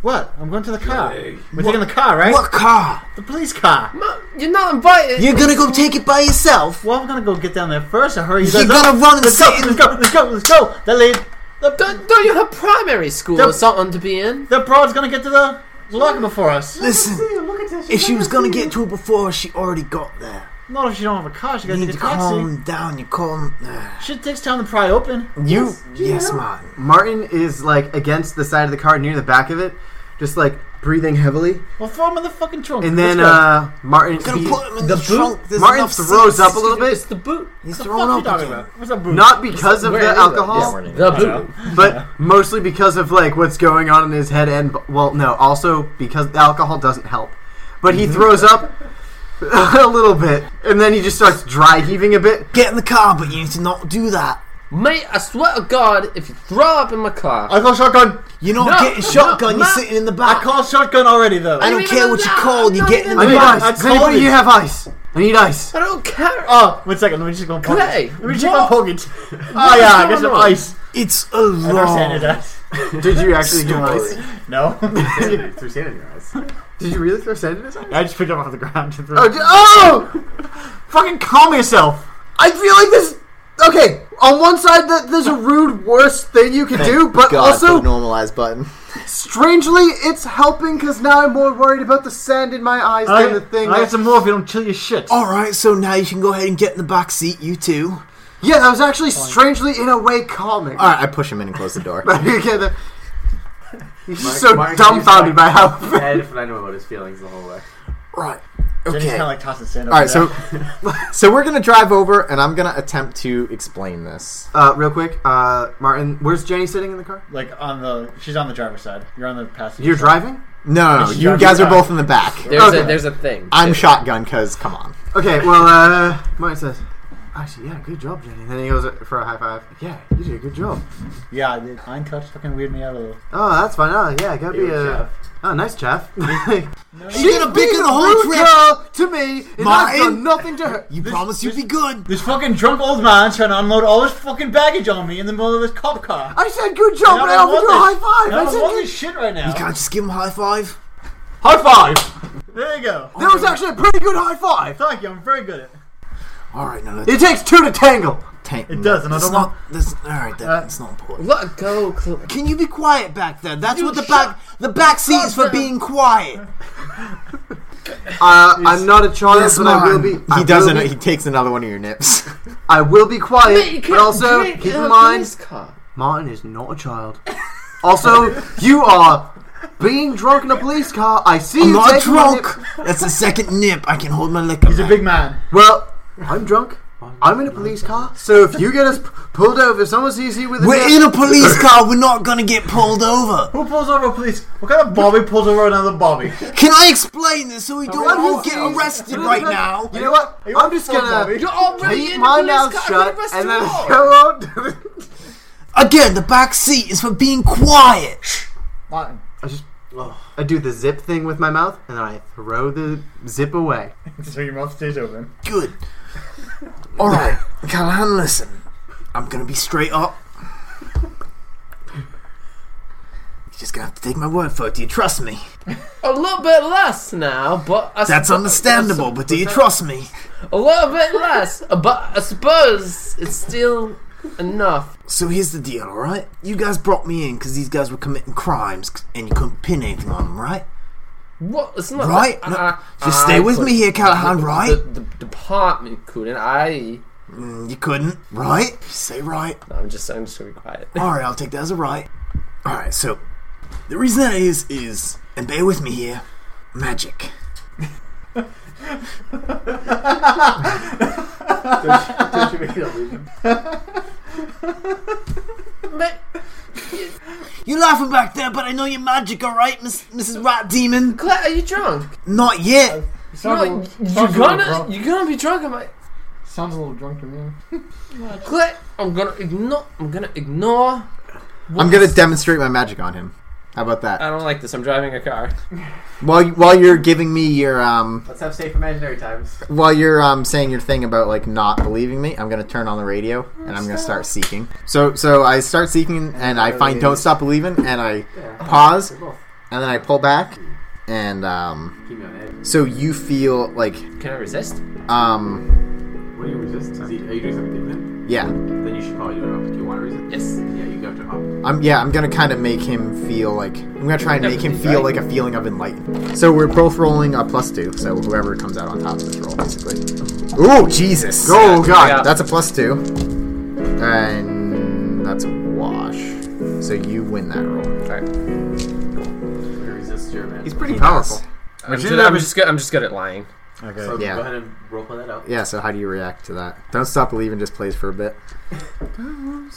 What? I'm going to the car. Yay. We're taking the car, right? What car? The police car. Mom, you're not invited. You're gonna go take it by yourself? Well, I'm gonna go get down there first. I hurry you You're guys up. gonna run and Let's go, sit let's and go, let's go, let's go. That lady, Don't, don't you have primary school Don't- or something to be in? that broad's gonna get to the locker before us. See listen. you, look at her. If she was gonna get to. to it before, she already got there. Not if she don't have a car. She You gotta need get to a taxi. calm down. You calm. Shit takes time to pry open. You, do you yes, know? Martin. Martin is like against the side of the car, near the back of it, just like breathing heavily. Well, throw him in the fucking trunk. And then Let's go. uh, Martin Gonna he- put him in the, trunk. There's Martin enough throws seats. up a little bit, The boot. He's What the thrown fuck you up talking again. about? What's up, boo? not because of Where the is it? alcohol, Yeah, the boot. but mostly because of like what's going on in his head, and well, no, also because the alcohol doesn't help. But he throws up a little bit, and then he just starts dry heaving a bit. Get in the car, but you need to not do that. Mate, I swear to God, if you throw up in my car, I call shotgun. You're not No, getting shotgun. no, you're no. sitting in the I back. call shotgun already though. I don't, don't care even what you know. called. You're I'm getting in I the need Yeah, back. ice. I Does anybody called it. you have ice? I need ice. I don't care. Oh, one second. Let me just go. and pocket. Clay, Let me check my what? pocket. Oh yeah, I got some going on? ice. It's a I never law. sanitized. Did you actually get ice? No, Sanity- Through sand in your eyes. Did you really throw sand in his eye? I just picked it up off the ground. and threw Oh, it. d- oh! fucking calm yourself. I feel like this. Okay, on one side, th- there's a rude, worst thing you can do, but God, also, the normalize button. strangely, it's helping because now I'm more worried about the sand in my eyes I, than the thing. I that- Oh, got some more if you don't chill your shit. All right, so now you can go ahead and get in the back seat, you two. yeah, that was actually strangely, in a way, calming. All right, I push him in and close the door. Okay, the- He's just Mark- so Mark, dumbfounded he's by how. Ed, if I know about his feelings the whole way. Right. Jenny's Okay. kind of like tossing sand. All right, so so we're gonna drive over, and I'm gonna attempt to explain this. Uh, real quick, uh, Martin, where's Jenny sitting in the car? like on the, she's on the driver's side. You're on the passenger. You're side. driving? No, no, no She's you driving guys are around. both in the back. there's Okay. a there's a thing. I'm shotgun, cause come on. Okay, well, uh, Martin says, actually, yeah, good job, Jenny. And then he goes for a high five. Yeah, you did a good job. Yeah, I did. Line cuts fucking weird me out a little. Oh, that's fine. Oh, yeah, gotta be Hey, a. Jeff. Oh, nice, Jeff. She did a big and a whole rude trip. girl to me, and Martin? I've done nothing to her. You promised you'd be good. This fucking drunk old man trying to unload all his fucking baggage on me in the middle of his cop car. I said good And job, but I I don't offered you a want high And five. I'm I said on good. this shit right now. You can't just give him a high five. High five. There you go. That was actually a pretty good high five. Thank you. I'm very good at. it. All right, now let's It takes two to tangle. tank. It does, and I That's don't not. want. That's all right. That, Uh, that's not important. Let go, Cl- Can you be quiet back there? That's You what the shut- back the back seat is for being quiet. Uh, I'm not a child, Yes, but I will man. be. I He will doesn't. be- He takes another one of your nips. I will be Hey, you quiet, but can't also drink keep out in of mind, this cup. Martin is not a child. Also, you are being drunk in a police car. I see I'm you not taking my nip- drunk. That's the second nip. I can hold my liquor. He's a big man. Well, I'm drunk. I'm in a police car. So if you get us p- pulled over, if someone sees you with a We're nip- in a police car. We're not gonna get pulled over. Who pulls over a police? What kind of Bobby pulls over another Bobby? Can I explain this so we don't Everyone all who get sees- arrested right now? You know what? Are you I'm on just the phone, gonna Bobby? You're already keep in my the mouth police car shut for the rest and of then the hour. go on. to the- Again, the back seat is for being quiet. Martin. I just. I do the zip thing with my mouth, and then I throw the zip away. So your mouth stays open. Good. All right, Callahan, listen. I'm gonna be straight up. You're just gonna have to take my word for it. Do you trust me? A little bit less now, but I That's suppo- understandable, but do you trust me? A little bit less, but I suppose it's still enough. So here's the deal, alright? You guys brought me in because these guys were committing crimes and you couldn't pin anything on them, right? What? It's not Right? that- No, I- just I stay with could- me here, Callahan, right? The, the department couldn't. I. Mm, You couldn't, right? Say right. No, I'm just. I'm just gonna be quiet. Alright, I'll take that as a right. Alright, so the reason that is, is, and bear with me here, magic. Don't you make an illusion? You're laughing back there, but I know you're magic, alright, Miss, Mrs. Rat Demon? Claire, are you drunk? Not yet. Sounds, No, a little, you're sounds a little gonna. drunk. You're gonna be drunk. Am I? Sounds a little drunk to me. Claire, I'm gonna ignore. I'm gonna ignore. I'm gonna demonstrate my magic on him. How about that? I don't like this. I'm driving a car. while you- while you're giving me your um Let's have safe imaginary times. while you're um saying your thing about like not believing me, I'm gonna turn on the radio and I'm gonna start seeking. So so I start seeking and I find "Don't Stop Believing" and I pause and then I pull back and um Keep me on edge. so you feel like Can I resist? um What do you resist? Is he- are you doing something different? yeah Then you should probably do it up. Do you want to resist? Yes. Yeah, you have to hop. I'm yeah I'm gonna kind of make him feel like I'm gonna try and make him Everything, feel right? like a feeling of enlightenment. So we're both rolling a plus two. So whoever comes out on top of this roll, basically. Oh Jesus! Oh god, I got- that's a plus two, and that's a wash. So you win that roll. You resist your man. pretty powerful. I'm you just, never- I'm just good. I'm just good at lying. Okay. So Yeah. go ahead and roll play that out. Yeah. So how do you react to that? Don't stop believing. Just plays for a bit.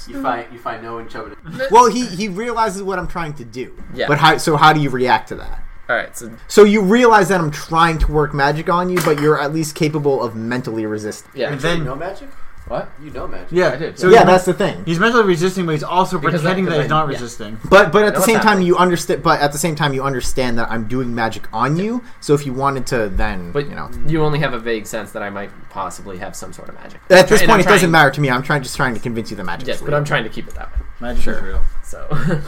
You find you find no one chubbing it. Well, he he realizes what I'm trying to do. Yeah. But how? So how do you react to that? All right. So So you realize that I'm trying to work magic on you, but you're at least capable of mentally resisting. yeah. then- you know magic? What? You know magic. Yeah, I did, So yeah. Yeah, he's- that's the thing. He's mentally resisting, but he's also Because pretending I- that he's not yeah. resisting. But but at the know what's same time happening. you understand. But at the same time you understand that I'm doing magic on you. So if you wanted to, then But you know. you only have a vague sense that I might possibly have some sort of magic. At this And point, I'm it doesn't trying- matter to me. I'm trying just trying to convince you the magic. Yes, but I'm trying to keep it that way. Magic is real. So,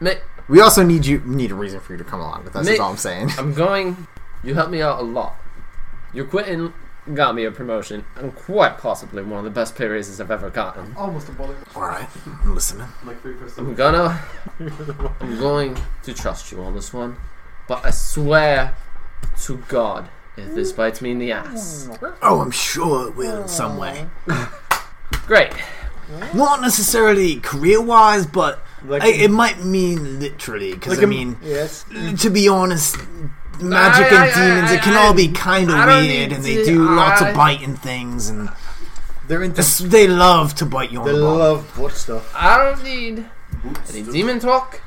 Ma- We also need you need a reason for you to come along with us. is Ma- all I'm saying. I'm going. You helped me out a lot. You quitting got me a promotion, and quite possibly one of the best pay raises I've ever gotten. Almost a bullet. All right, I'm listening. Like three percent. I'm gonna. I'm going to trust you on this one, but I swear to God, if this bites me in the ass. Oh, I'm sure it will in some way. Great. Not necessarily career-wise, but I, it might mean literally. Because I mean, Yes. to be honest, magic I- I- and demons, I- it can I- all be kind I of don't weird, need and they to- do lots I- of biting things, and They're into this- they love to bite you on the bum. what stuff. I don't need any demon talk.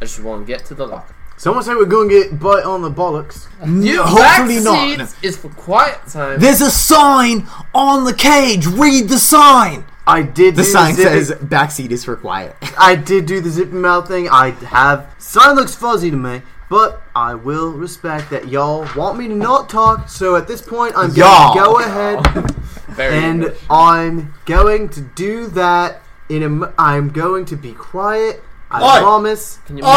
I just want to get to the locker. Someone said we're going to get bite on the bollocks. Uh, You hopefully not. seats is for quiet time. There's a sign on the cage. Read the sign. I did. The do sign zip- says backseat is for quiet. I did do the zip mouth thing. I have sign looks fuzzy to me, but I will respect that y'all want me to not talk. So at this point, I'm Y'all. going to go ahead Very and good. I'm going to do that. In a, m- I'm going to be quiet. I Oi. promise. Can you Oi!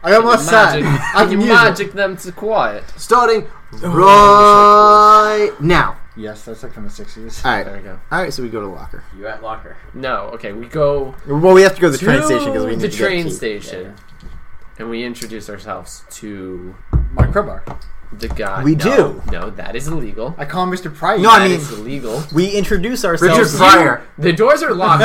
I got my Can you side. magic, I can you use it. magic them to quiet? Starting right now. Yes, that's like from the sixties. All right. There we go. All right, so we go to the locker. You at locker. No, okay, we go Well, we have to go to the train station because we need the to get train key. station, and we introduce ourselves to Mark Crowbar. the guy. We No, do. No, that is illegal. I call him Mr. Price. No, I That mean- is illegal. We introduce ourselves. Richard Pryor. The doors are locked.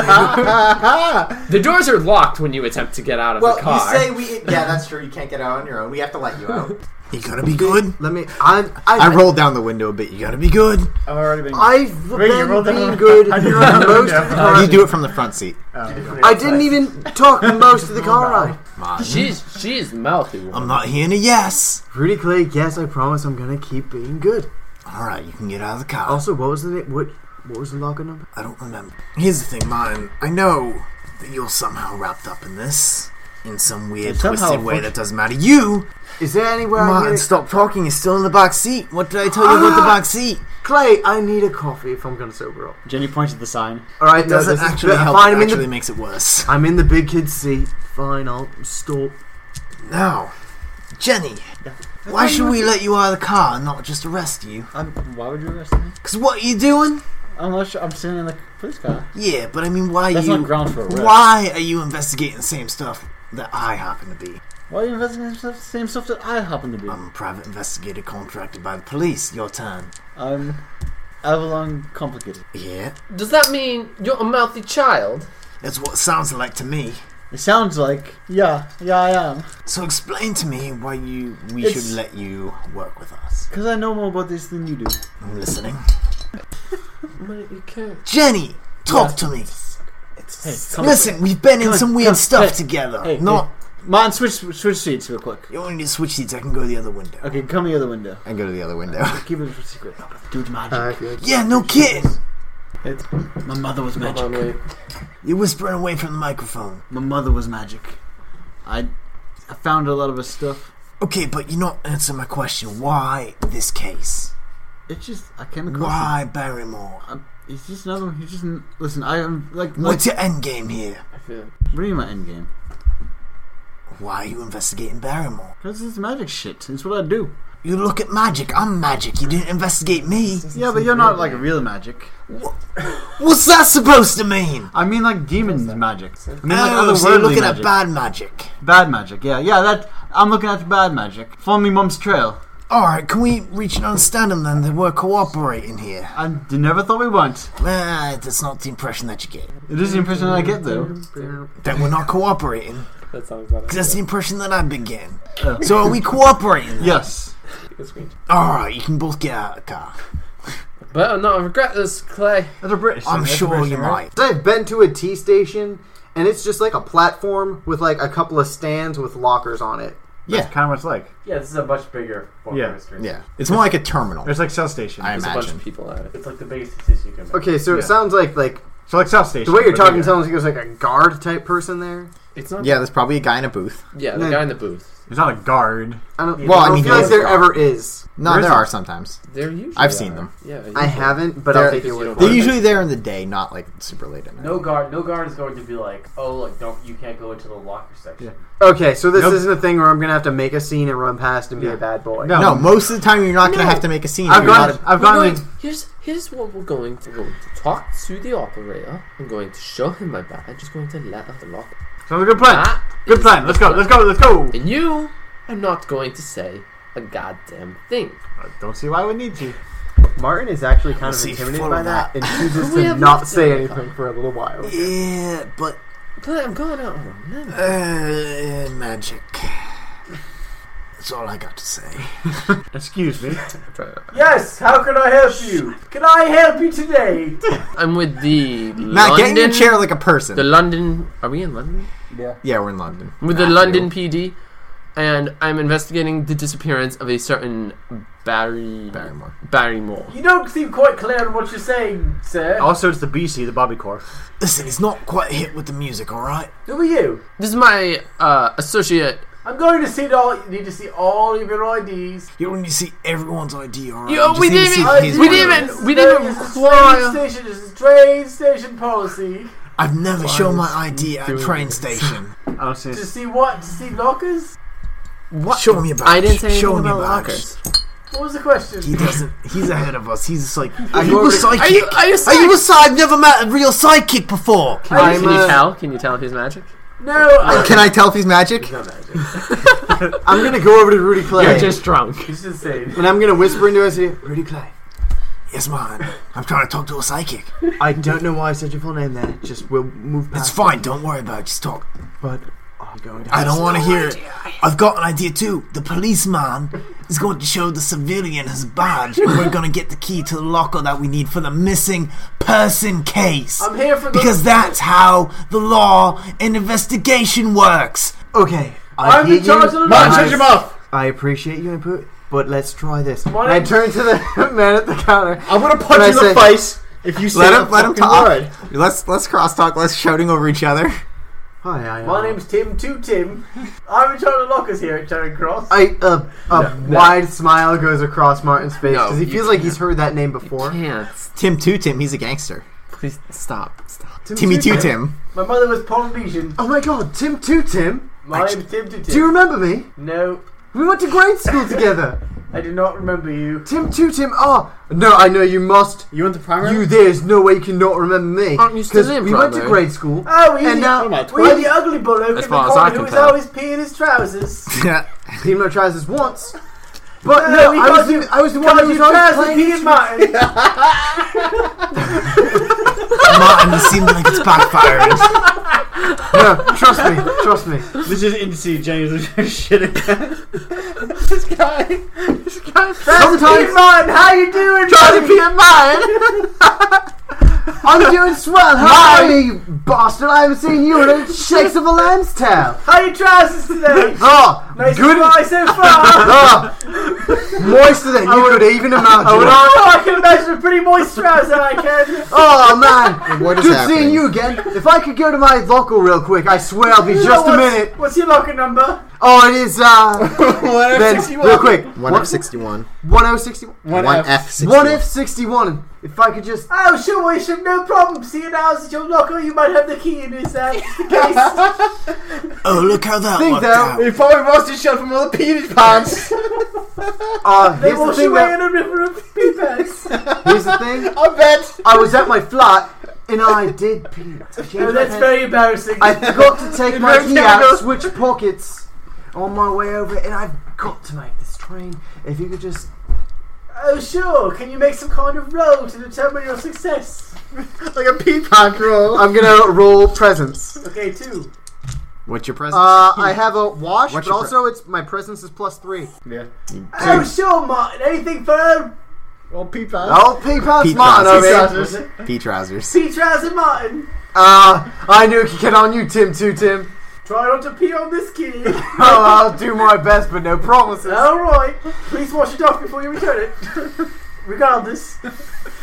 the doors are locked when you attempt to get out of Well, the car. you say we. Yeah, that's true. You can't get out on your own. We have to let you out. You gotta be good. Let me. I'm, I, I rolled down the window a bit. You You gotta be good. I've already been. I've Wait, you rolled been down the- being good I did roll down the most window. of the got- car. you do it from the front seat. Oh. I didn't even talk most of the car ride. she's she's mouthy. Um, woman. I'm not hearing a yes. Rudy Clay, yes, I promise I'm gonna keep being good. All right, you can get out of the car. Also, what was the name? What, what was the locker number? I don't remember. Here's the thing, Martin. I know that you're somehow wrapped up in this in some weird, Somehow twisted way function- that doesn't matter. You, Is there anywhere I Martin, can stop talking. You're still in the back seat. What did I tell you about the back seat? Clay, I need a coffee if I'm gonna sober up. Jenny points at the sign. All right, no, Doesn't this is actually good. help. Fine, It I'm in, actually the, makes it worse. I'm in the big kid's seat. Fine, I'll stop. Now, Jenny, why should we let you out of the car and not just arrest you? I'm, why would you arrest me? Because what are you doing? Unless I'm sitting in the police car. Yeah, but I mean, why are That's you? not grounds for arrest. why are you investigating the same stuff that I happen to be? Why are you investigating stuff, same stuff that I happen to be? I'm a private investigator contracted by the police. Your turn. I'm Avalon complicated. Yeah, Does that mean you're a mouthy child? that's what it sounds like to me. It sounds like yeah, yeah, I am. So explain to me why you we It's- should let you work with us. Because I know more about this than you do. I'm listening. Wait, you can't. Jenny, talk to me. Hey, come Listen, we've been in Come on, some weird come on. stuff Hey, together. Hey, Not. hey. man, switch switch seats real quick. You only need to switch seats. I can go the other window. Okay, come here the window. I go to the other window. Keep it a secret. Dude, magic. Yeah, no kidding. My mother was magic. Hold on, wait. You're whispering away from the microphone. My mother was magic. I I found a lot of her stuff. Okay, but you're not answering my question. Why this case? It's just I came across. it. Why Barrymore? I'm- It's just another one. He just listen. I am like, like What's your end game here? I feel what do you mean my end game? Why are you investigating Barrymore? Because it's magic shit. It's what I do. You look at magic. I'm magic. You didn't investigate me. Yeah, but you're not like real magic. What's that supposed to mean? I mean like demons magic. I mean like oh, otherworldly so you're looking magic. at bad magic. Bad magic. Yeah, yeah. That I'm looking at bad magic. Follow me, mum's trail. All right, can we reach an understanding then that we're cooperating here? I d- never thought we weren't. Ah, that's not the impression that you get. It is the impression I get though. That we're not cooperating. that sounds about it. 'Cause that's the impression that I've been getting. Oh. So are we cooperating? then? Yes. It's me. All Ah, right, you can both get out of the car. But I'm not I regret this, Clay. That's a British. I'm that's a sure British you thing, right? might. I've been to a tea station, and it's just like a platform with like a couple of stands with lockers on it. That's kind of what it's like. Yeah, this is a much bigger. form Yeah. of street. Yeah, it's more like a terminal. There's like South Station. I There's a bunch imagine. of people at it. It's like the biggest decision you can make. Okay, so Yeah. it sounds like like So like South Station. the way you're but talking bigger. sounds like there's like a guard type person there. It's not. Yeah, there's probably a guy in a booth. Yeah, the Yeah. guy in the booth. It's not a guard. I don't. Well, I I don't mean, feel like there there ever is. No, Where is there it? are sometimes. They're usually. I've seen are. them. Yeah. I usually. haven't, but There- I'll take your word for They're it. usually there in the day, not like super late at night. No guard. No guard is going to be like, oh, like don't you can't go into the locker section. Yeah. Okay, so this Nope. isn't a thing where I'm gonna have to make a scene and run past and be Yeah. a bad boy. No. No, most of the time you're not going to No. have to make a scene. I've You're not gone. I've We're going, gone. here's here's what we're going to go to talk to the operator. I'm going to show him my badge. I'm just going to let out the lock. Sounds a good plan. That Good is plan. Let's go. Let's go. Let's go. And you are not going to say a goddamn thing. I don't see why we need to. Martin is actually kind Let's of see, intimidated follow by that, and chooses We to have not lots say of- anything for a little while. Yeah, but Clay, I'm going out on a limb. Uh, magic. That's all I got to say. Excuse me. Yes, how can I help you? Can I help you today? I'm with the Matt, London. get in your chair like a person. The London. Are we in London? yeah, we're in London. I'm with the Matthew. London PD, and I'm investigating the disappearance of a certain Barry Barrymore. Barrymore. You don't seem quite clear on what you're saying, sir. Oh, Also, it's the BC, the Bobby Corps. Listen, he's not quite hit with the music, all right? Who are you? This is my uh, associate. I'm going to see all. You need to see all of your IDs. You only see everyone's ID, all right? Yo, You just we need to didn't- see I his We ID. didn't even- This is we didn't very- this is require- Train station. This is train station policy. I've never shown my ID at a train station. I don't see. To It. see what? To see lockers? What? Show me your badge. I didn't say anything Show me about your badge. lockers. What was the question? He doesn't. He's ahead of us. He's like. I Are go you over a to- psychic? Are you, are you Are psych? you a psychic? I've never met a real psychic before. Can you, can I'm, you uh, tell? Can you tell if he's magic? no, I, Can I tell if he's magic? No magic. I'm gonna go over to Rudy Clay, You're just drunk. He's insane. and I'm gonna whisper into his ear, Rudy Clay. Yes, man. I'm trying to talk to a psychic. I don't know why I said your full name there. Just we'll move It's past. fine. Don't worry about it. Just talk. But I'm going to. I don't want to hear it. I've got an idea too. The policeman is going to show the civilian his badge, and we're going to get the key to the locker that we need for the missing person case. I'm here for the. because that's how the law and investigation works. Okay. I I'm hear in charge of you. the I- Come on, shut your mouth. I appreciate your input, but let's try this. Why And I don't- turn to the man at the counter. I'm gonna Can punch I you in say- the face if you say Let a him. Let him fucking talk. word. Let's let's crosstalk. Let's shouting over each other. Hi, I. Uh, My name's Tim. Two Tim. I'm in charge of lockers here at Charing Cross. I, uh, a wide smile goes across Martin's face because he you feels like he's heard that name before. Can't. Tim two Tim. He's a gangster. Please stop. Stop. Timmy two Tim. My mother was Polynesian. Oh my god, Tim Two Tim, My name's Tim. Two do you Tim. remember me? No, We went to grade school together. I do not remember you. Tim Two Tim, oh no, I know you must. You went to primary. You, there's no way you cannot remember me. Aren't you still 'Cause in We went to primary? grade school. Oh, we And now- What am I, we had 12? the ugly bloke As in the far as I corner can who was tell. always peeing his trousers. Peed my trousers once, but No, no, we I was got you- the, I was the one Come who on, was you always trousers playing. peeing Martin. Martin, it seems like it's backfiring. No, trust me, trust me. This is industry James shit again. This guy, this guy. Peeing Sometimes Martin, how you doing? trying to be a man. I'm doing swell. How are you, you bastard? I haven't seen you in a shakes of a lamb's tail. How your trousers today? Oh, nice good. fly so far. Oh, moister than you could even imagine. oh, I can imagine a pretty moist trouser I can. Oh man, What is good happening? seeing you again. If I could go to my locker real quick, I swear I'll be just a What's- minute. What's your locker number? Oh, it is uh, then, real quick. One F sixty one. 1061. One One F. F Ah, sixty 1F61. If I could just Oh, sure, we should, no problem. See you now at your locker. You might have the key in his uh, case. Oh, look how that Think worked that- out. He probably lost his shot from all the penis pants. uh, They here's the wash thing. away That, in a river of pee bags. here's the thing. I bet. I was at my flat and I did pee. Oh, that's very embarrassing. I forgot to take my very key out, terrible. switch pockets on my way over, and I've got to make this train. If you could just oh, sure. Can you make some kind of roll to determine your success? Like a pee punk roll. I'm gonna roll presents. Okay, two. What's your present? Uh, I have a What's wash, but your pre- also it's my presence is plus three. Yeah. Oh, sure, Martin. Anything for a Well, pee pants. Oh, pee pants, Pete Martin Pants. over here. trousers. Pea trousers. pee trouser, Martin. Uh, I knew it could get on you, Tim. Too, Tim. Try not to pee on this key. Oh, I'll do my best, but no promises. All right. Please wash it off before you return it. Regardless. Uh,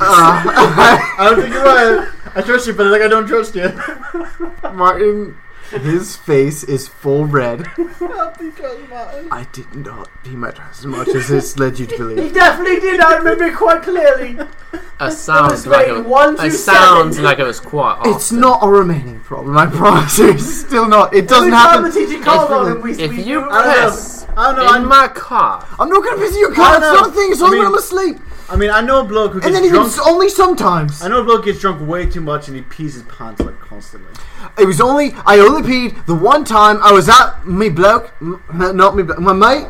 I don't think you're right. I trust you, but like I don't trust you. Martin, his face is full red. I did not pee my trousers as much as this led you to He believe. definitely did. I remember it quite clearly. It sounds was like rating it. one It through sounds seven. like it was quite. Often. It's not a remaining problem, I promise. It's still not. It doesn't Every time happen. The teacher called on him. We, If we you knew- piss I don't know. in I'm, my car, I'm not going to piss in your car. I It's know. not a thing. It's I only when mean- I'm asleep. I mean, I know a bloke who And gets then even drunk. s- only sometimes. I know a bloke gets drunk way too much and he pees his pants like constantly. It was only. I only peed the one time I was at me bloke. m- m- Not me bloke. My mate.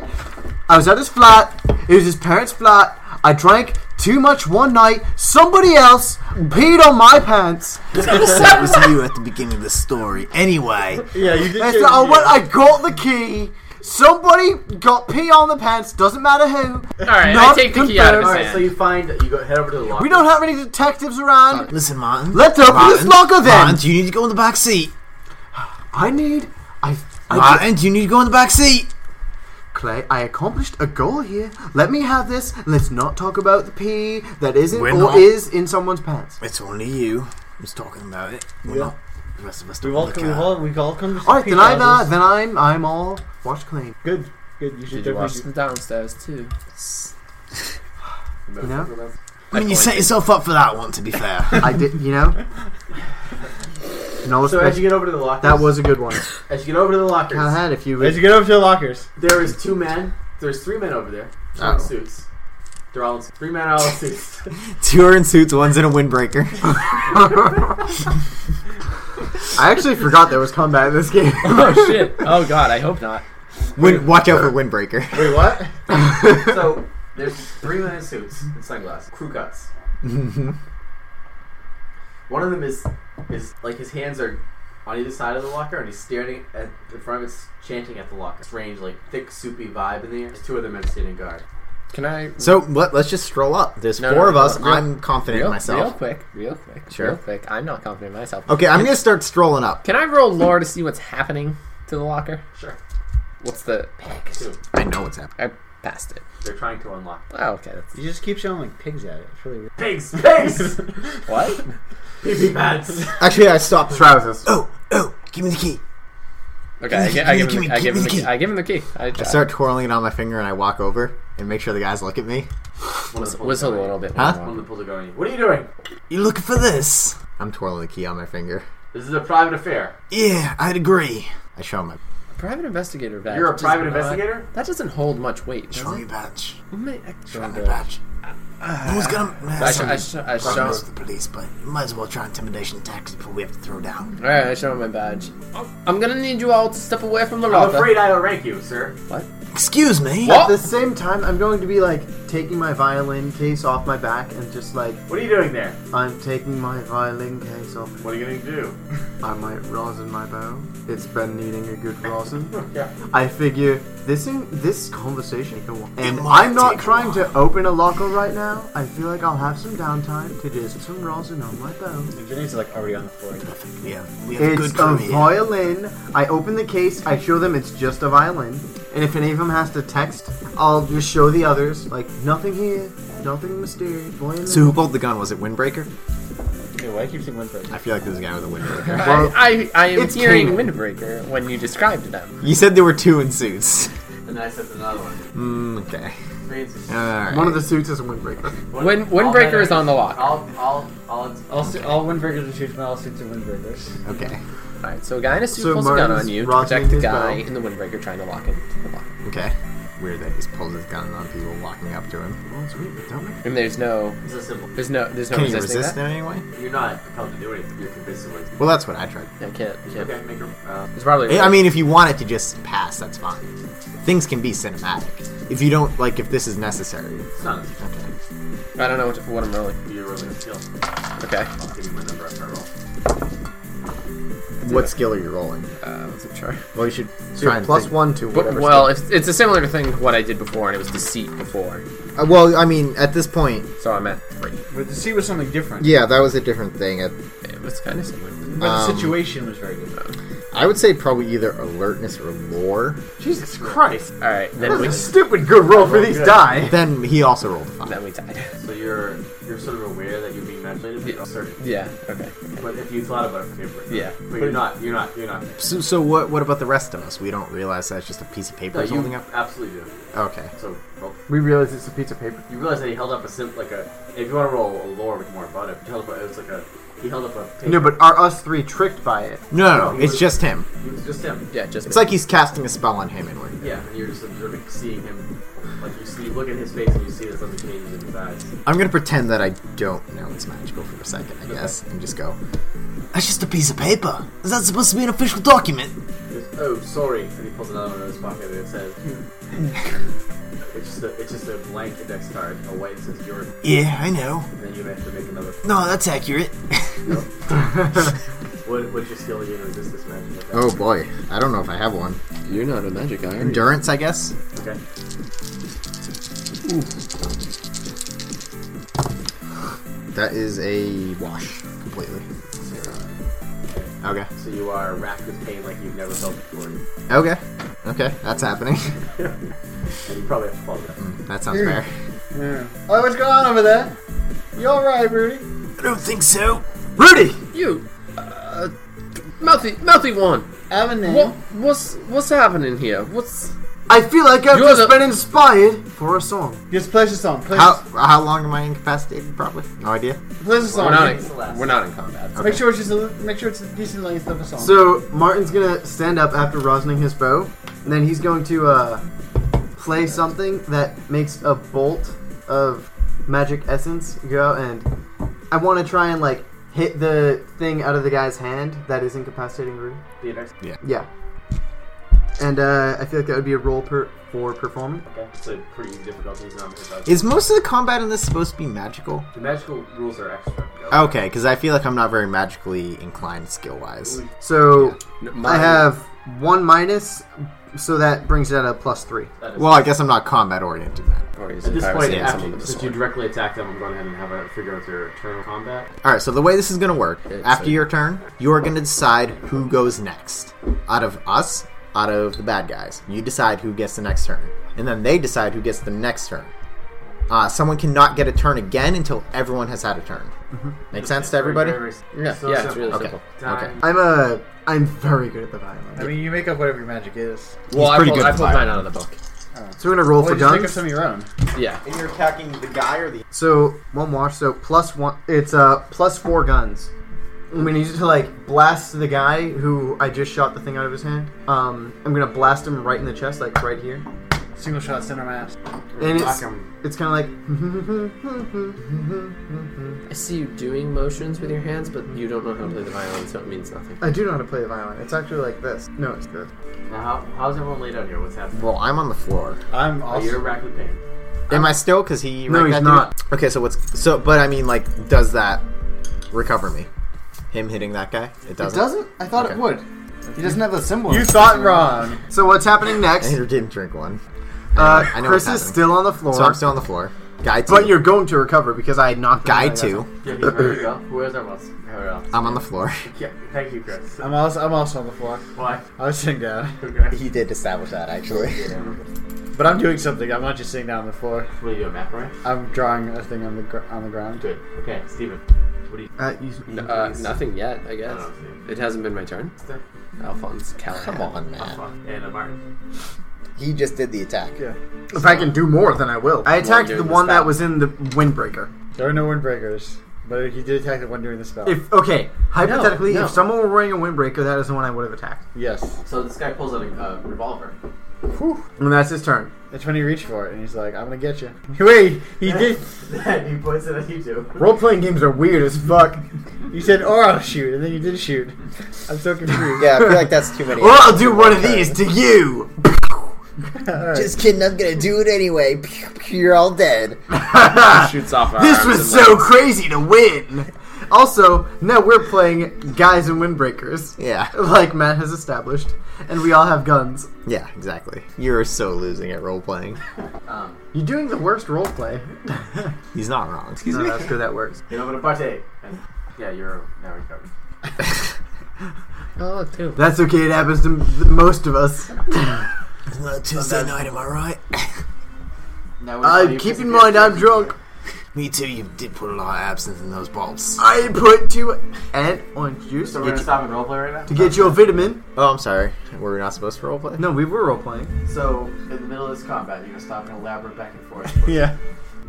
I was at his flat. It was his parents' flat. I drank too much one night. Somebody else peed on my pants. that was you at the beginning of the story. Anyway, Yeah, you did. That's the- I, went, I got the key. Somebody got pee on the pants. Doesn't matter who. all right, I Not take the key out of his hand. confirmed. Alright, so you find you go head over to the locker. We don't have any detectives around. listen, Martin. Let's open this Martin, locker then. Martin, do you need to go in the back seat? I need. I. I Martin, do you need to go in the back seat? Clay, I accomplished a goal here. Let me have this. Let's not talk about the pee that isn't We're or not. is in someone's pants. It's only you who's talking about it. We're not. The rest of us We don't all, look we at. all, we all come. to All right, pee then I'm uh, trousers. then I'm I'm all washed clean. Good. Good. You should Did you watch definitely. them downstairs too? You know, I mean, you set yourself up for that one. To be fair, I did. You know. No So as respect. you get over to the lockers, That was a good one. as you get over to the lockers, I had a few. As you get over to the lockers, there is two men. There's three men over there. Oh. Two in suits. They're all in three man analysis. Two are in suits, one's in a windbreaker. I actually forgot there was combat in this game. oh shit! Oh god, I hope not. Wind, watch out for windbreaker. Wait, what? so there's three men in suits and sunglasses, crew cuts. One of them is is like his hands are on either side of the locker, and he's staring at in front of us, chanting at the locker. Strange, like thick, soupy vibe in the air. There's two other men standing guard. Can I? so let, us just stroll up. There's No, four no, of no, us. real- I'm confident real, in myself. real quick, real quick, Sure. real quick. I'm not confident in myself. Okay, I'm gonna start strolling up. Can I roll lore to see what's happening to the locker? Sure. What's the pick? Two. I know what's happening. I passed it. They're trying to unlock. Oh, okay. That's, You just keep showing like pigs at it. It's really weird. Pigs! Pigs! what? Pee pee pants! Actually, I stopped. Trousers. Oh, oh, give me the key. Okay, I, gi- I give him. The, I give him the Give me key. I give him the key. I, I just start twirling it on my finger, and I walk over and make sure the guys look at me. One of them pulled a whistle a gun. little bit. Huh? more. One of them pulled a gun. What are you doing? You looking for this? I'm twirling the key on my finger. This is a private affair. Yeah, I'd agree. I show him. Private investigator badge. You're a does private not- investigator? That doesn't hold much weight. does Show me it? your badge. May- I Show me should, your uh, badge. No one's gonna. nah, I should, sorry. I should, I Not show, most of the police, but you might as well try intimidation tactics before we have to throw down. all right, I show him my badge. I'm gonna need you all to step away from the I'm locker. afraid I outrank you, sir. Excuse me. What? At the same time, I'm going to be like taking my violin case off my back and just like What are you doing there? I'm taking my violin case off. What are you gonna do? I might rosin my bow. It's been needing a good rosin. Yeah. I figure this in, this conversation can walk. And might I'm not take a trying to open a locker right now. I feel like I'll have some downtime to do some rosin on my bow. Vinny's like already on the floor. We have, we have a It's good a crew here. violin. I open the case. I show them it's just a violin. And if any of them has to text, I'll just show the others. Like nothing here, nothing mysterious. Violin. So who pulled the gun? Was it windbreaker? Dude, why do you keep saying windbreaker? I feel like there's a guy with a windbreaker. Well, I, I, I am It's hearing Kanan. Windbreaker when you described them. you said there were two in suits. And then I sent another one. Mm, okay. Three and six. All right. one of the suits is a windbreaker. One- Wind, all Windbreaker men is are- on the locker. All, all, all. All, su- all windbreakers are shooting. All suits are windbreakers. okay. All right, so a guy in a suit So pulls a gun Martin's on you to rocking protect the his guy bow. in the Windbreaker trying to lock him to the locker. Okay. Weird that he just pulls his gun on people walking up to him. Well, it's weird, but don't make- And there's no, It's a symbol. there's no, there's no Can you resisting resist that. in any way? If You're not compelled to do anything. You're convinced of it. Well, that's what I tried. No, can't, can't. Okay, make her. Uh, It's probably. I mean, if you want it to just pass, that's fine. Things can be cinematic. If you don't, like, if this is necessary. it's not. a- Okay. I don't know what, what I'm rolling. You're really gonna feel. Okay. I'll give you my number after I roll. What skill are you rolling? Uh, what's it char? Well, you should So try you're and plus think- one to But, whatever. well, it's, it's a similar thing to what I did before, and it was deceit before. Uh, well, I mean, at this point, So I'm at three. But the sea was something different. yeah, that was a different thing. At, It was kind of similar. But the Um, situation was very different. I would say probably either alertness or lore. Jesus Christ! All right, That then was we a stupid good roll Oh, for these die. Then he also rolled a five. then we tied. So you're you're sort of aware that you're being manipulated, but you're uncertain. Yeah. Okay. But if you thought about it, you're pretty- Yeah. But you're not. You're not. You're not. So, so what? What about the rest of us? We don't realize that's just a piece of paper No, he's holding you up. absolutely do. Okay. So roll. We realize it's a piece of paper. You realize that he held up a sim like a. If you want to roll a lore with more about it, he held up. A, it was like a. He held up a. Paper. No, but are us three tricked by it? No, no, no, it's just him. it was just him. Yeah. Just It's like he's casting a spell on him, and we're Yeah, and you're just observing, seeing him. Like you see, you look at his face and you see that something changes in his eyes. I'm gonna pretend that I don't know it's magical for a second, I guess, and just go. That's just a piece of paper. Is that supposed to be an official document? He goes, oh, sorry. And he pulls another one out of his pocket and it says. It's just, a, it's just a blank index card. A white says yours, Yeah, I know. and then you have to make another. No, that's accurate. What, what's your skill you resist this magic? attack? Oh boy, I don't know if I have one. you're not a magic guy. Endurance, I guess. Okay. That is a wash completely. Okay. So you are racked with pain like you've never felt before, and Okay. Okay. That's happening. you probably have to follow that. that sounds fair. Oh, what's going on over there? You all right, Rudy? I don't think so. Rudy, You. Uh, mouthy, mouthy one. have a name. What, what's what's happening here? What's I feel like I've You're just the- been inspired for a song. Just play the song. Play, How how long am I incapacitated? Probably. No idea. play the song. we're not Make- in, we're not in combat. Make sure it's just a, make sure it's a decent length of a song. So Martin's gonna stand up after rosining his bow, and then he's going to uh, play something that makes a bolt of magic essence, go out and I want to try and like hit the thing out of the guy's hand that is incapacitating Rue. The next. Yeah. And uh, I feel like that would be a roll per for performance. Okay. It's a pretty difficulty. He's not gonna Is most of the combat in this supposed to be magical? The magical rules are extra. Okay, because I feel like I'm not very magically inclined skill wise. So I Mine- have one minus, so that brings it at a plus three. that is- Well, I guess I'm not combat oriented then. Or is At this it point, piracy and after- something of the since you sort. directly attack them, I'm going ahead and have a figure out their eternal combat. All right, so the way this is going to work, after so- your turn, you are going to decide who goes next. Out of us, out of the bad guys, you decide who gets the next turn. And then they decide who gets the next turn. Uh, someone cannot get a turn again until everyone has had a turn. Make sense to everybody? Very, very Yeah, so yeah, it's simple. really Okay. simple. Time. I'm a I'm very good at the violin. I mean, you make up whatever your magic is. Well, I pretty pulled, good I at pulled fire. mine out of the book. So we're gonna roll Well, for you just make up guns. some of your own. Yeah. And you're attacking the guy or the. So one wash. So plus one. It's uh plus four guns. I'm gonna use it to like blast the guy who I just shot the thing out of his hand. Um, I'm gonna blast him right in the chest, like right here. Single shot center mass. And it's Knock 'em. it's kind of like I see you doing motions with your hands, but you don't know how to play the violin, so it means nothing. I do know how to play the violin. It's actually like this. No, it's good. Now, how, how's everyone laid out here? What's happening? Well, I'm on the floor. I'm Oh, you're also. racked with pain. Am I still? Because he. No, wrecked he's that dude? not. Okay, so what's. So, but I mean, like, does that recover me? Him hitting that guy? It doesn't. I thought Okay. would. He doesn't have a symbol. You on it. thought wrong. So what's happening next? Andrew didn't drink one. Uh, I know what's Chris is happening. still on the floor, So I'm still on the floor. Guy two. but you're going to recover because I knocked him guy out. two. Yeah, he's ready to go. Where's everyone else? Everyone else. I'm on the floor. Yeah, thank you, Chris. I'm also. I'm also on the floor. Why? I was sitting down, Okay. He did establish that actually. but I'm doing something. I'm not just sitting down on the floor. What are you doing, McElroy? I'm drawing a thing on the gr- on the ground. Good. Okay, Steven. What are you? Uh, you- N- uh, nothing yet, I I guess. don't know. Steven. It hasn't been my turn. Alphonse Callahan. Come on, That's man. fun. And uh, Martin. He just did the attack. If I can do more, then I will. I attacked during the this one that battle. was in the windbreaker. There are no windbreakers, but he did attack the one during the spell. If okay, hypothetically, no. if someone were wearing a windbreaker, that is the one I would have attacked. yes, So this guy pulls out a uh, revolver. And that's his turn. that's when he reached for it, and he's like, "I'm gonna get you." Wait, he did. then he points it at you two. Role playing games are weird as fuck. You said, "Or I'll shoot," and then you did shoot. I'm so confused. Yeah, I feel like that's too many. Well, I'll do one of these to you. Just kidding. I'm gonna do it anyway. Pew, pew, You're all dead. Shoots off our This arms was and so legs. crazy to win. Also, now we're playing guys and windbreakers, Yeah. like Matt has established, and we all have guns. Yeah. Exactly. You're so losing at role playing. Um, You're doing the worst role play. He's not wrong. Excuse no, that's good. That works. you know, I'm gonna partake. And, yeah, you're now recovered. Oh, dude. That's okay. It happens to the most of us. Tuesday night, am I right? Now we- now Uh, you keep in disappear. mind, I'm drunk. Me too. You did put a lot of absinthe in those bottles. I put two and orange juice So we're gonna stop and roleplay right now. to get you a vitamin. Oh, I'm sorry. We're not supposed to role play. No, we were role playing. So in the middle of this combat, you're gonna stop and elaborate back and forth. yeah.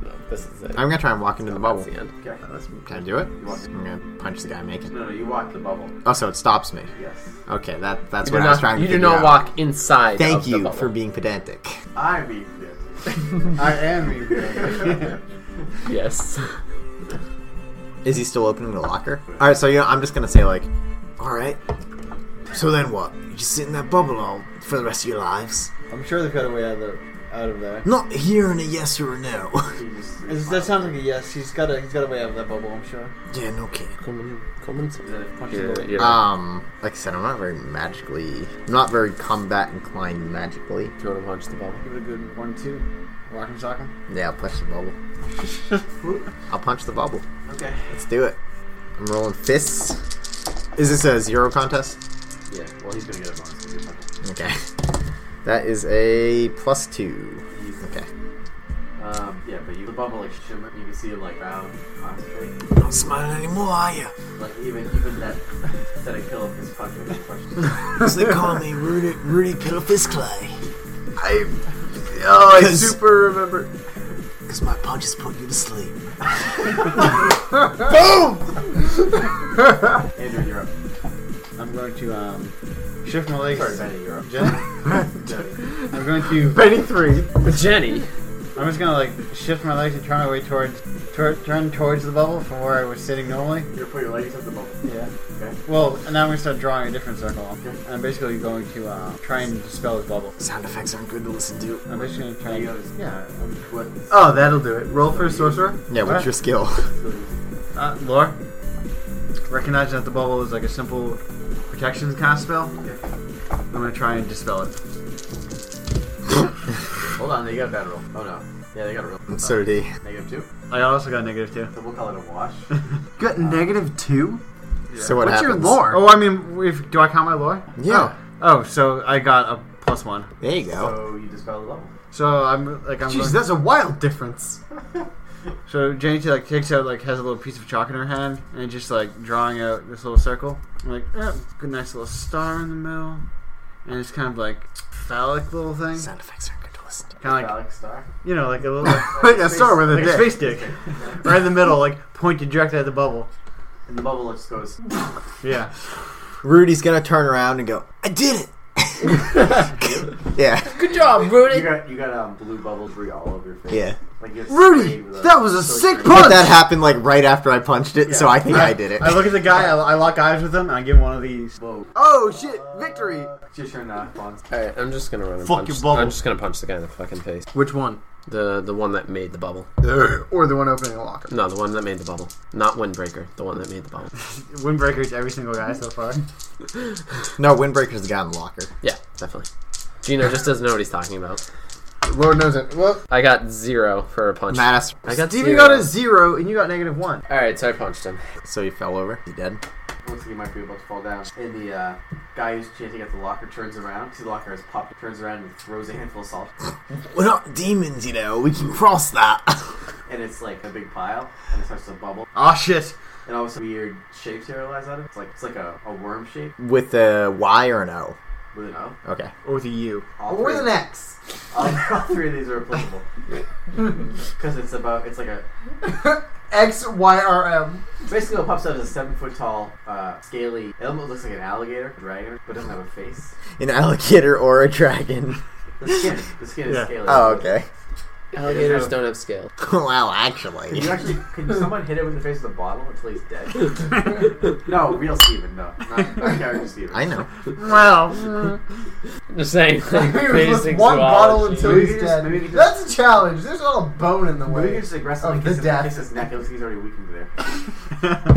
No, this is it. I'm gonna try and walk into the bubble. Oh, That's the end. Okay. Can I do it? You want- I'm gonna punch the guy. Make it. No, no, you walk the bubble. Oh, so it stops me. Yes. Okay, that that's You what do I was not, trying to. you do figure not out. walk inside. of Thank the you bubble. for being pedantic. I mean this. I am evil. Yes. Is he still opening the locker? All right, so you know, I'm just gonna say like, all right. So then what? You just sit in that bubble all for the rest of your lives? I'm sure they've got a way out of, the, out of there. Not hearing a yes or a no. Is, that sounds like a yes. He's got a he's got a way out of that bubble. I'm sure. yeah, no kidding. Coleman, Coleman's. Yeah, Yeah, yeah. Um, like I said, I'm not very magically, I'm not very combat inclined magically. Do you want to punch the bubble? Give it a good one two. Rock him, sock him. Yeah, I'll punch the bubble. I'll punch the bubble. Okay. Let's do it. I'm rolling fists. Is this a zero contest? Yeah. Well, he's gonna get a bonus. He's gonna- Okay. That is a plus two. he's- Okay. Um, yeah, but you the bubble like shimmer. You can see him like round, concentrate. Not smiling anymore, are you? Like even even that that I kill him is fucking with question. Because they call me Rudy, Rudy Pillowfist Clay. I oh, I 'Cause- super remember. Because my punches put you to sleep. Andrew, you're up. I'm going to um shift my legs. Sorry, Benny, you're up. Jen- No, I'm going to Benny three. Jenny. I'm just gonna like shift my legs and turn my way towards, tur turn towards the bubble from where I was sitting normally. You're putting your legs at the bubble. Yeah. Okay. Well, and now I'm gonna start drawing a different circle. And I'm basically going to uh, try and dispel his bubble. Sound effects aren't good to listen to. I'm just gonna try. You And, gotta- yeah. What? Oh, that'll do it. Roll for sorcerer. Yeah, what's Alright. your skill? Uh, lore. Recognizing that the bubble is like a simple protection cast spell, I'm gonna try and dispel it. Hold on, they got a bad roll. Oh no. Yeah, they got a roll. so did he. Negative two. I also got negative two. So we'll call it a wash. Got negative two. So what What's your happens? lore? Oh, I mean, if, do I count my lore? Yeah. Oh, so I got a plus one. Oh, There you go. so you dispel the level. So I'm like I'm. Oh, Jeez, going, that's a wild difference. so Janie like takes out like has a little piece of chalk in her hand and just like drawing out this little circle. I'm like, eh, good nice little star in the middle, and it's kind of like phallic little thing, Sound effects aren't good to listen to. kind of like Alex Star. you know like a little like, yeah, start with a a dick. space dick, right in the middle, like pointed directly at the bubble. And the bubble just goes. Yeah, Rudy's gonna turn around and go, I did it! yeah, Good job, You Rudy. got you got um, blue bubbles re all over your face. yeah. Like you Rudy, that was a sick But punch. that happened like right after I punched it, so I think I did it. I look at the guy, I, I lock eyes with him, and I give him one of these. Whoa. oh shit! Victory. It's your turn now, Fonz. All right, I'm just gonna run. And Fuck punch. your bubble. I'm just gonna punch the guy in the fucking face. Which one? The the one that made the bubble. Or the one opening the locker. No, the one that made the bubble. Not Windbreaker. The one that made the bubble. Windbreaker's every single guy so far. No, Windbreaker's the guy in the locker. Yeah, definitely. Gino just doesn't know what he's talking about. Lord knows it. Well, I got zero for a punch. Mattis. I got Steven zero. got a zero, and you got negative one. All right, so I punched him. So he fell over. He dead. Looks like he might be about to fall down. And the uh, guy who's chanting at the locker turns around. 'cause The locker has popped. Turns around and throws a handful of salt. We're not demons, you know. We can cross that. And it's like a big pile. And it starts to bubble. Oh shit! And all of a sudden, weird shapes arise out of it. It's like it's like a, a worm shape With a Y or an O? with an O. Okay. Or the U. All or three, the next. all, all three of these are applicable. Because it's about it's like a X Y R M. Basically, what pops out is a seven foot tall, uh, scaly. It almost looks like an alligator, dragon, but doesn't have a face. An alligator or a dragon. The skin, the skin is Yeah. scaly. Oh, okay. Alligators don't have scales. well, Can you actually. actually? Can someone hit him in the face with a bottle until he's dead? no, real Steven, no, not, not character Steven. I know. Well, Just saying. Like, Maybe with basic one bottle zoology. until Maybe he's we just- dead. maybe we just- That's a challenge. There's not a bone in the We can way. just aggressively Of kiss, the him, death. kiss his neck. It looks like he's already weakened there.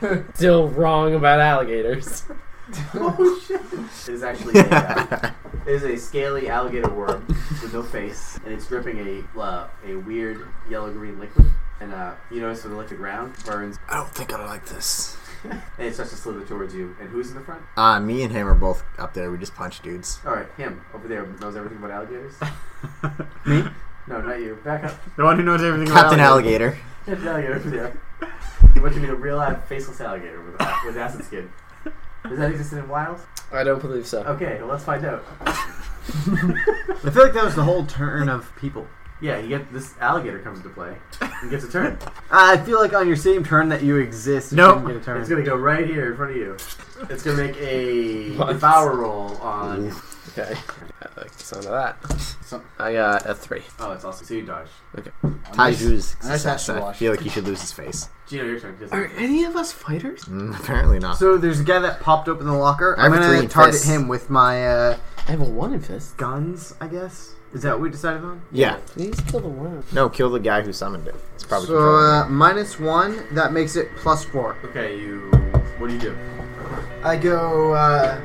Still wrong about alligators. oh shit! It is actually a, uh, it is a scaly alligator worm with no face, and it's dripping a uh, a weird yellow green liquid. And uh, you notice when the liquid ground burns I don't think I like this. And it starts to slither towards you. And who's in the front? Uh, me and him are both up there. We just punched dudes. All right, him over there knows everything about alligators. me, No, not you. Back up. the one who knows everything Captain about alligators. Alligator. There's an alligator over there. You want to meet a real live faceless alligator with, with acid skin. Does that exist in Wild? I don't believe so. Okay, well, let's find out. I feel like that was the whole turn of people. Yeah, you get this alligator comes into play and gets a turn. Uh, I feel like on your same turn that you exist, you nope. get a turn. It's gonna go right here in front of you. It's gonna make a devour roll on. Okay. I like the sound of that. Some- I got a three. Oh, that's awesome. So you dodge. Taiju's nice success. action I wash. feel like he should lose his face. Gino, your turn. 'cause- Are any of us fighters? Mm, apparently not. So there's a guy that popped open the locker. I have I'm a three gonna in target fists. him with my uh, I have a one in fist. guns. I guess is that what we decided on? yeah. Please kill the worm. No, kill the guy who summoned it. It's probably so controlling uh, minus one. That makes it plus four. Okay, you. What do you do? I go. Uh,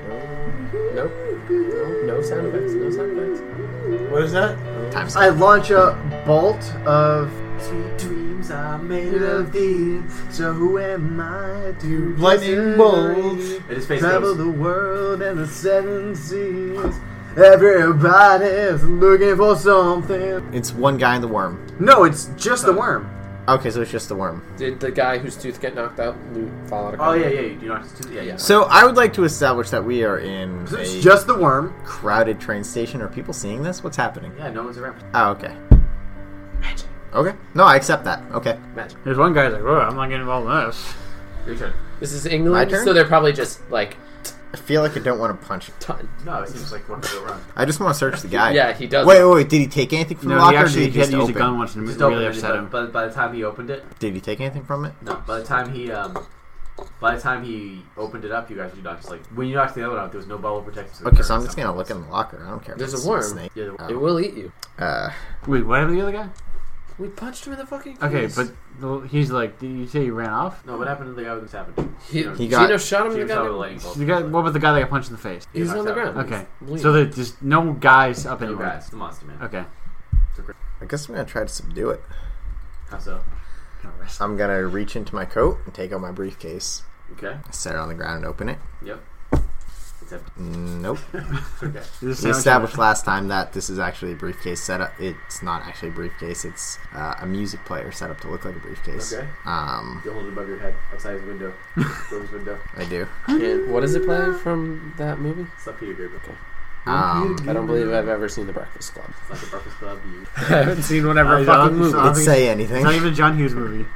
Nope. No, no sound effects. No sound effects. What is that? it. Time I launch a bolt of Sweet dreams are made of these. So who am I to Lightning bolts. And his face Travel goes. the world and the seven seas. Everybody's looking for uh, something. It's one guy in the worm. No, it's just the worm. Okay, so it's just the worm. Did the guy whose tooth get knocked out loot fall out of Oh combat? yeah, yeah, you do not. just do- Yeah, yeah. So I would like to establish that we are in It's a just the worm. crowded train station. Are people seeing this? What's happening? Yeah, no one's around. Oh, okay. Okay. No, I accept that. Okay. There's one guy's like, oh, I'm not getting involved in this. Your turn. This is My England, turn? so they're probably just like I feel like I don't want to punch. him. Ton. No, Oh, it seems like one to go wrong. I just want to search the guy. Yeah, he does. Wait, wait, wait, did he take anything from the No, locker? he or actually did he he had just to use a open? gun once and it Just really opened it, upset him. But, but by the time he opened it, Did he take anything from it? no. By the time he um, by the time he opened it up, you guys were knocked. Like when you knocked the other one out, there was no bubble protection. so the Okay, so current I'm just stuff gonna look in the locker. I don't care. if There's it's a worm. snake. Yeah, the- It will eat you. Uh, Wait, what happened to the other guy? We punched him in the fucking face. Okay, but the, he's like, did you say he ran off? No, what happened to the guy with this happened? he, He Gino got- shot him He in was the out with a goddamn. lightning bolt. The guy, what about the guy that got punched in the face? He's on the knocked out. ground. Okay, Bleeding. so there's just no guys up No anywhere. guys, the monster man. Okay, I guess I'm gonna try to subdue it. How so? I'm gonna reach into my coat and take out my briefcase, Okay. set it on the ground, and open it. Yep. It's empty. Nope. Okay. Is this We sandwich- established last time that this is actually a briefcase setup. It's not actually a briefcase. It's uh, a music player set up to look like a briefcase. Okay. Um, You hold it above your head, outside his window, room's window. I do. And what is it playing from that movie? It's not Peter Griffin. Um, I don't believe I've ever seen The Breakfast Club. It's not the Breakfast Club. You. I haven't seen whatever Uh, fucking it's movie. not- it'd say anything. It's not even a John Hughes movie.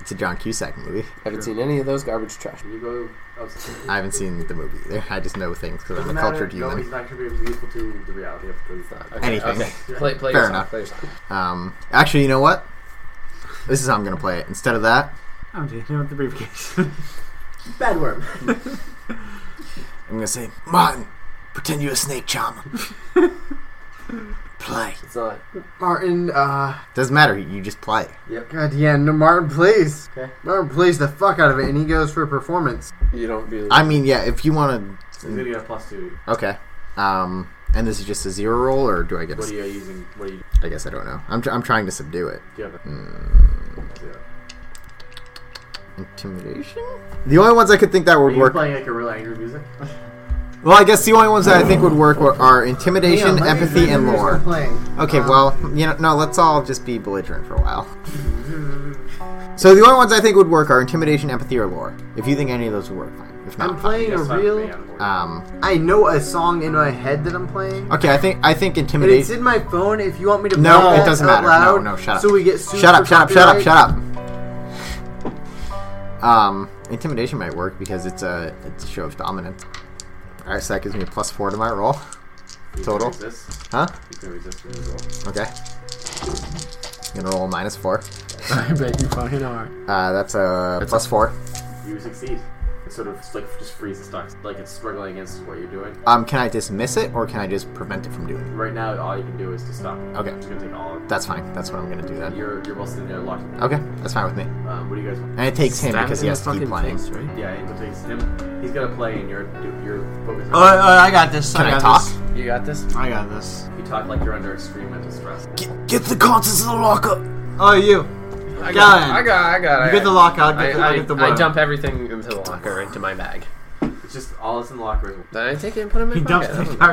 It's a John Cusack movie. I haven't seen any of those garbage trash. Can you go outside? I haven't seen the movie either. I just know things because I'm Doesn't a matter. cultured No, he's human. not going to be useful to the reality of the Okay, Anything. Okay. Play, play Fair your enough. song. Play your song. Um, actually, you know what? This is how I'm gonna play it. Instead of that, I'm taking with the briefcase. Bad worm. I'm gonna say, Martin, pretend you're a snake charmer. play. It's not. Martin, uh, Doesn't matter. You just play. God, yeah, no, Martin plays. Okay. Martin plays the fuck out of it, and he goes for a performance. You don't do. I mean, yeah. If you want He's going to, to get a plus two. okay. Um, and this is just a zero roll, or do I get? What are A, you using? What are you? I guess I don't know. I'm, tr- I'm trying to subdue it. Hmm. Do you have a zero? Intimidation. The only ones I could think that Are would you work. playing like a real angry music? Well, I guess the only ones that I think would work were, are intimidation, empathy, and lore. Okay, uh, well, you know, no, let's all just be belligerent for a while. So the only ones I think would work are intimidation, empathy, or lore. If you think any of those would work, fine. If I'm not, fine. playing a That's fine for me, real. I'm bored. Um, I know a song in my head that I'm playing. okay, I think I think But it's intimidation. in my phone. If you want me to, Uh, No, play it that doesn't out matter. Loud, No, no, shut up. So we get sued Shut up! for Shut up! Shut up! copyright? Shut up! Um, intimidation might work because it's a it's a show of dominance. All right, so that gives me a plus four to my roll. You total. Can resist. Huh? You can resist it as well. Okay. gonna roll a minus four. I bet you fucking are. Uh, that's a plus four. You succeed. It sort of like just freezes stocks. Like it's struggling against what you're doing. Um, can I dismiss it or can I just prevent it from doing it? Right now, all you can do is to stop. it. Okay. It's gonna take all. Of That's fine. That's what I'm gonna do then. You're you're both sitting there locked. in. Okay, that's fine with me. Um, what do you guys want? And it takes him Stab because it he in has the to keep fucking playing. face, right? Yeah, it takes him. He's gonna play, and you're you're focused. Oh, oh, Uh, I got this. Can I got talk? This. You got this. I got this. You talk like you're under extreme mental stress. Get, get the contents of the locker. Oh, you. I got got. it. I got. I got. You I get the got- lock. I'll I, get the, I'll get the I, I one. dump everything into the locker, into my bag. It's just all that's in the locker room. Then I take it and put it in my He dumps pocket. the I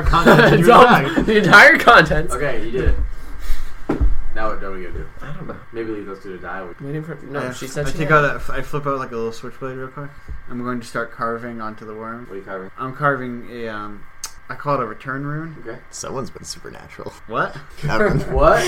don't know. entire content in your bag. Dump the entire contents. Okay, you did it. Now what are we gonna do? I don't know. Maybe leave those two to die. I'm waiting for. No, I- she said I she. take had- out that. I flip out like a little switchblade real quick. I'm going to start carving onto the worm. What are you covering? I'm carving a um. I call it a return rune. Okay. Someone's been supernatural. What? Evan. What?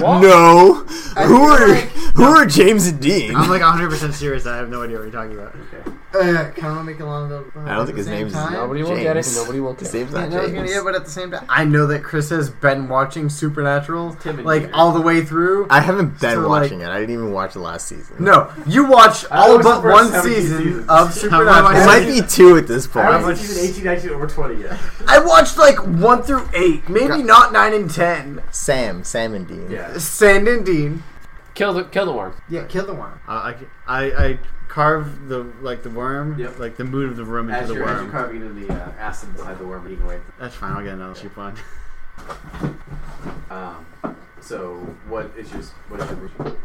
no, who are who are James and Dean? I'm like 100 percent serious. I have no idea what you're talking about. Okay. Uh, can I make a long? Uh, I don't think his name's Nobody James. will get it. and Nobody will His care. name's not James. but at the same time, I know that Chris has been watching Supernatural Tim and like Peter. all the way through. I haven't been So, like- watching it. I didn't even watch the last season. No, you watch I all watched the but first one 17 season seasons. of it Supernatural. might be two at this point. I much- haven't seen season 18, 19, or 20 yet. I watched like one through eight, maybe not nine and ten. Sam, Sam and Dean. Yeah. Sand and Dean. Kill the kill the worm. Yeah, kill the worm. Uh, I, I I carve the like the worm, Yep. like the mood of the room into As the you're, as you're worm. carving into the uh, acid inside the worm, eating away. That's fine. I'll get another cheap one. Um, so what is your what is your routine?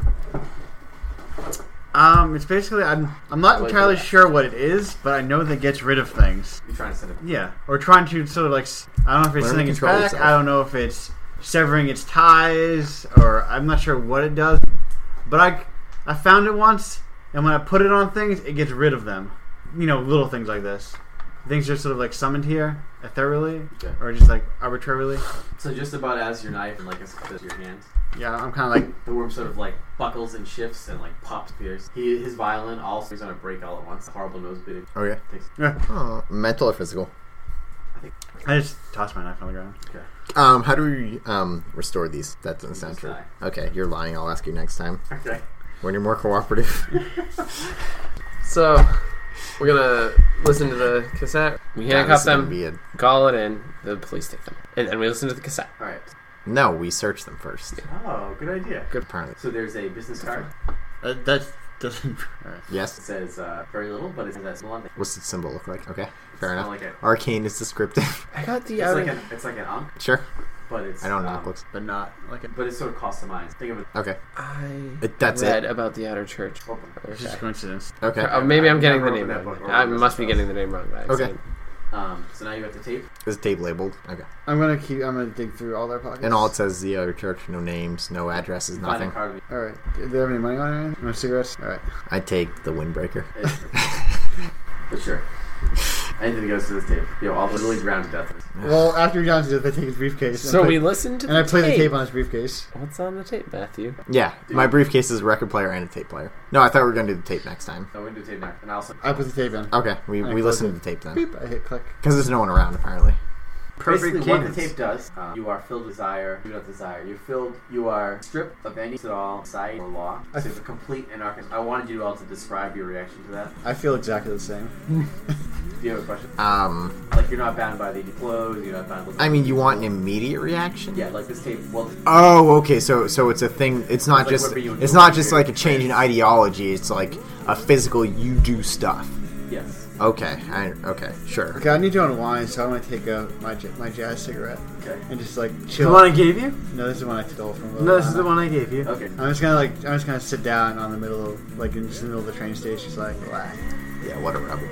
Um, it's basically I'm I'm not Wait for entirely that. sure what it is, but I know that it gets rid of things. You trying to send it? Yeah, or trying to sort of like s- I don't know if Learn it's to sending its control back. yourself. I don't know if it's severing its ties, or I'm not sure what it does. But I I found it once, and when I put it on things, it gets rid of them. You know, little things like this. Things are sort of like summoned here uh, thoroughly, Okay. or just like arbitrarily. So just about as your knife and like as as your hand Yeah, I'm kind of like The worm sort of like buckles and shifts and like pops appears. He his violin also is on a break all at once. Horrible nosebleed. Oh yeah. Takes- Oh, mental or physical? I just toss my knife on the ground. Um, how do we um restore these? That doesn't sound Just true. die. Okay, you're lying. I'll ask you next time Okay. when you're more cooperative. So we're gonna listen to the cassette. We God, this handcuff is gonna them, be a- call it in, the police take them, and then we listen to the cassette. All right. No, we search them first. Oh, good idea. Apparently, So there's a business card. That, Uh, that doesn't. All right. It yes. says uh, very little, but it says that's one. It's What's the symbol look like? Okay, fair enough. not Like a, Arcane is descriptive. I got the it's outer. like an it's like an onk, sure. but it's I don't know. um, looks. But not like it. But it's sort of customized. Think of it. Okay, I it, that's read it. about the outer church. Oh, It's just Okay. coincidence. Okay. Uh, maybe I'm I've getting the never name opened that wrong. book or I read must that be book. getting the name wrong. by Okay. accident. Um, so now you have to tape. Is the tape labeled? Okay. I'm gonna keep. I'm gonna dig through all their pockets. And all it says is the other church. No names. No addresses. Find a Nothing. card. All right. Do they have any money on it? or anything? No cigarettes. All right. I take the windbreaker. For sure. Anything goes to this tape. Yo, I'll literally drown to death. Well, after John's did, they take his briefcase. So and we put- listen to the and I play tape. the tape on his briefcase. What's on the tape, Matthew? Yeah, Dude. my briefcase is a record player and a tape player. No, I thought we were gonna do the tape next time. No, we can do tape now. And I also I put the tape in. Okay, we, I we close listen it. to the tape then, Beep. I hit click. because there's no one around apparently. basically what the tape does. Um, you are filled with desire. You do not desire. You're filled. You are stripped of any at all sight or law. So it's a complete anarchism. I wanted you all to describe your reaction to that. I feel exactly the same. Do you have a question? Um, Like you're not bound by the clothes. You're not bound. By I mean, you want an immediate reaction? yeah, like this tape. Well, Oh, okay. So so it's a thing. It's not Like, just whatever you it's enjoy not just here. like a change in ideology. It's like a physical. You do stuff. yes. Okay. I, okay. Sure. Okay, I need to unwind, so I'm gonna take uh, my j- my jazz cigarette Okay. and just like The chill. one I gave you? no, this is the one I stole from. Lil No, this is Jon. the one I gave you. Okay. Uh-huh. I'm just gonna like I'm just gonna sit down on the middle of like in just the middle of the train station, just like relax. Yeah. What a rebel.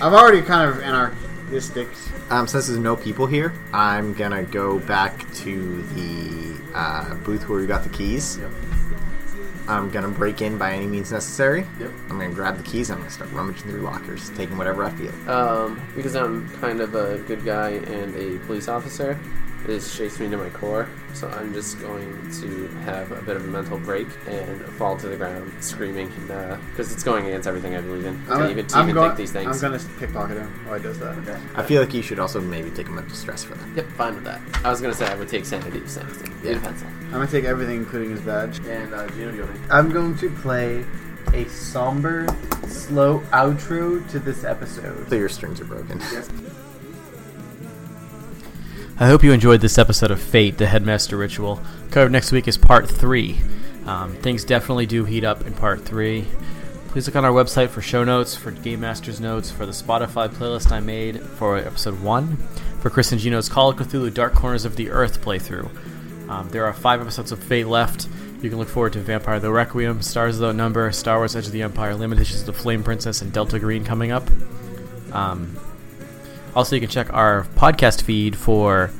I'm already kind of anarchistic. Um, since there's no people here, I'm gonna go back to the uh, booth where we got the keys. Yep. I'm gonna break in by any means necessary. Yep. I'm gonna grab the keys. I'm gonna start rummaging through lockers, taking whatever I feel. Uh, Um, because I'm kind of a good guy and a police officer, this shakes me to my core. So I'm just going to have a bit of a mental break and fall to the ground screaming, because it's going against everything I believe in. I'm, I even, to I'm even going. think these I'm things. gonna pickpocket him while he does that. Okay. I feel like you should also maybe take a mental stress for that. Yep, fine with that. I was gonna say I would take sanity if sanity. Yeah. Yeah. Pencil. I'm gonna take everything, including his badge. And uh, Gino, do you have any? I'm going to play a somber, slow outro to this episode. So your strings are broken. I hope you enjoyed this episode of Fate, the Headmaster Ritual. Covered next week is part three. Um, things definitely do heat up in part three. Please look on our website for show notes, for Game Master's notes, for the Spotify playlist I made for episode one, for Chris and Gino's Call of Cthulhu Dark Corners of the Earth playthrough. Um, there are five episodes of Fate left. You can look forward to Vampire the Requiem, Stars of the Number, Star Wars Edge of the Empire, Limitations of the Flame Princess, and Delta Green coming up. Um, also, you can check our podcast feed for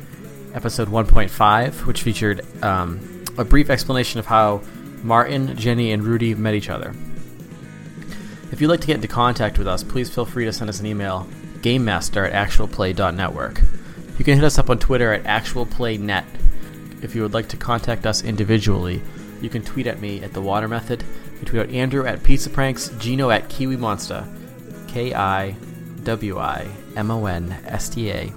episode 1.5, which featured um, a brief explanation of how Martin, Jenny, and Rudy met each other. If you'd like to get into contact with us, please feel free to send us an email, gamemaster at actualplay.network. You can hit us up on Twitter at actualplaynet. If you would like to contact us individually, you can tweet at me at the water method. You can tweet out Andrew at pizza pranks, Gino at kiwi monster, K I W I M O N S T A,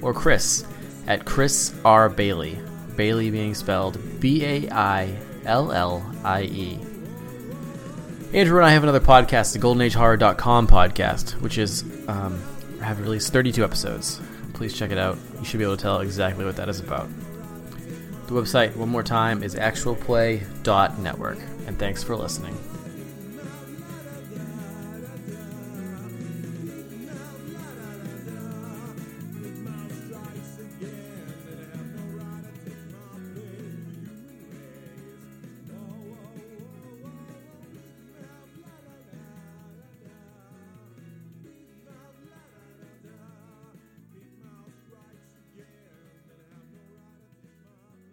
or Chris at Chris R. Bailey, Bailey being spelled B A I L L I E. Andrew and I have another podcast, the GoldenAgeHorror.com podcast, which is um, have released 32 episodes. Please check it out. You should be able to tell exactly what that is about. The website, one more time, is actualplay.network. And thanks for listening.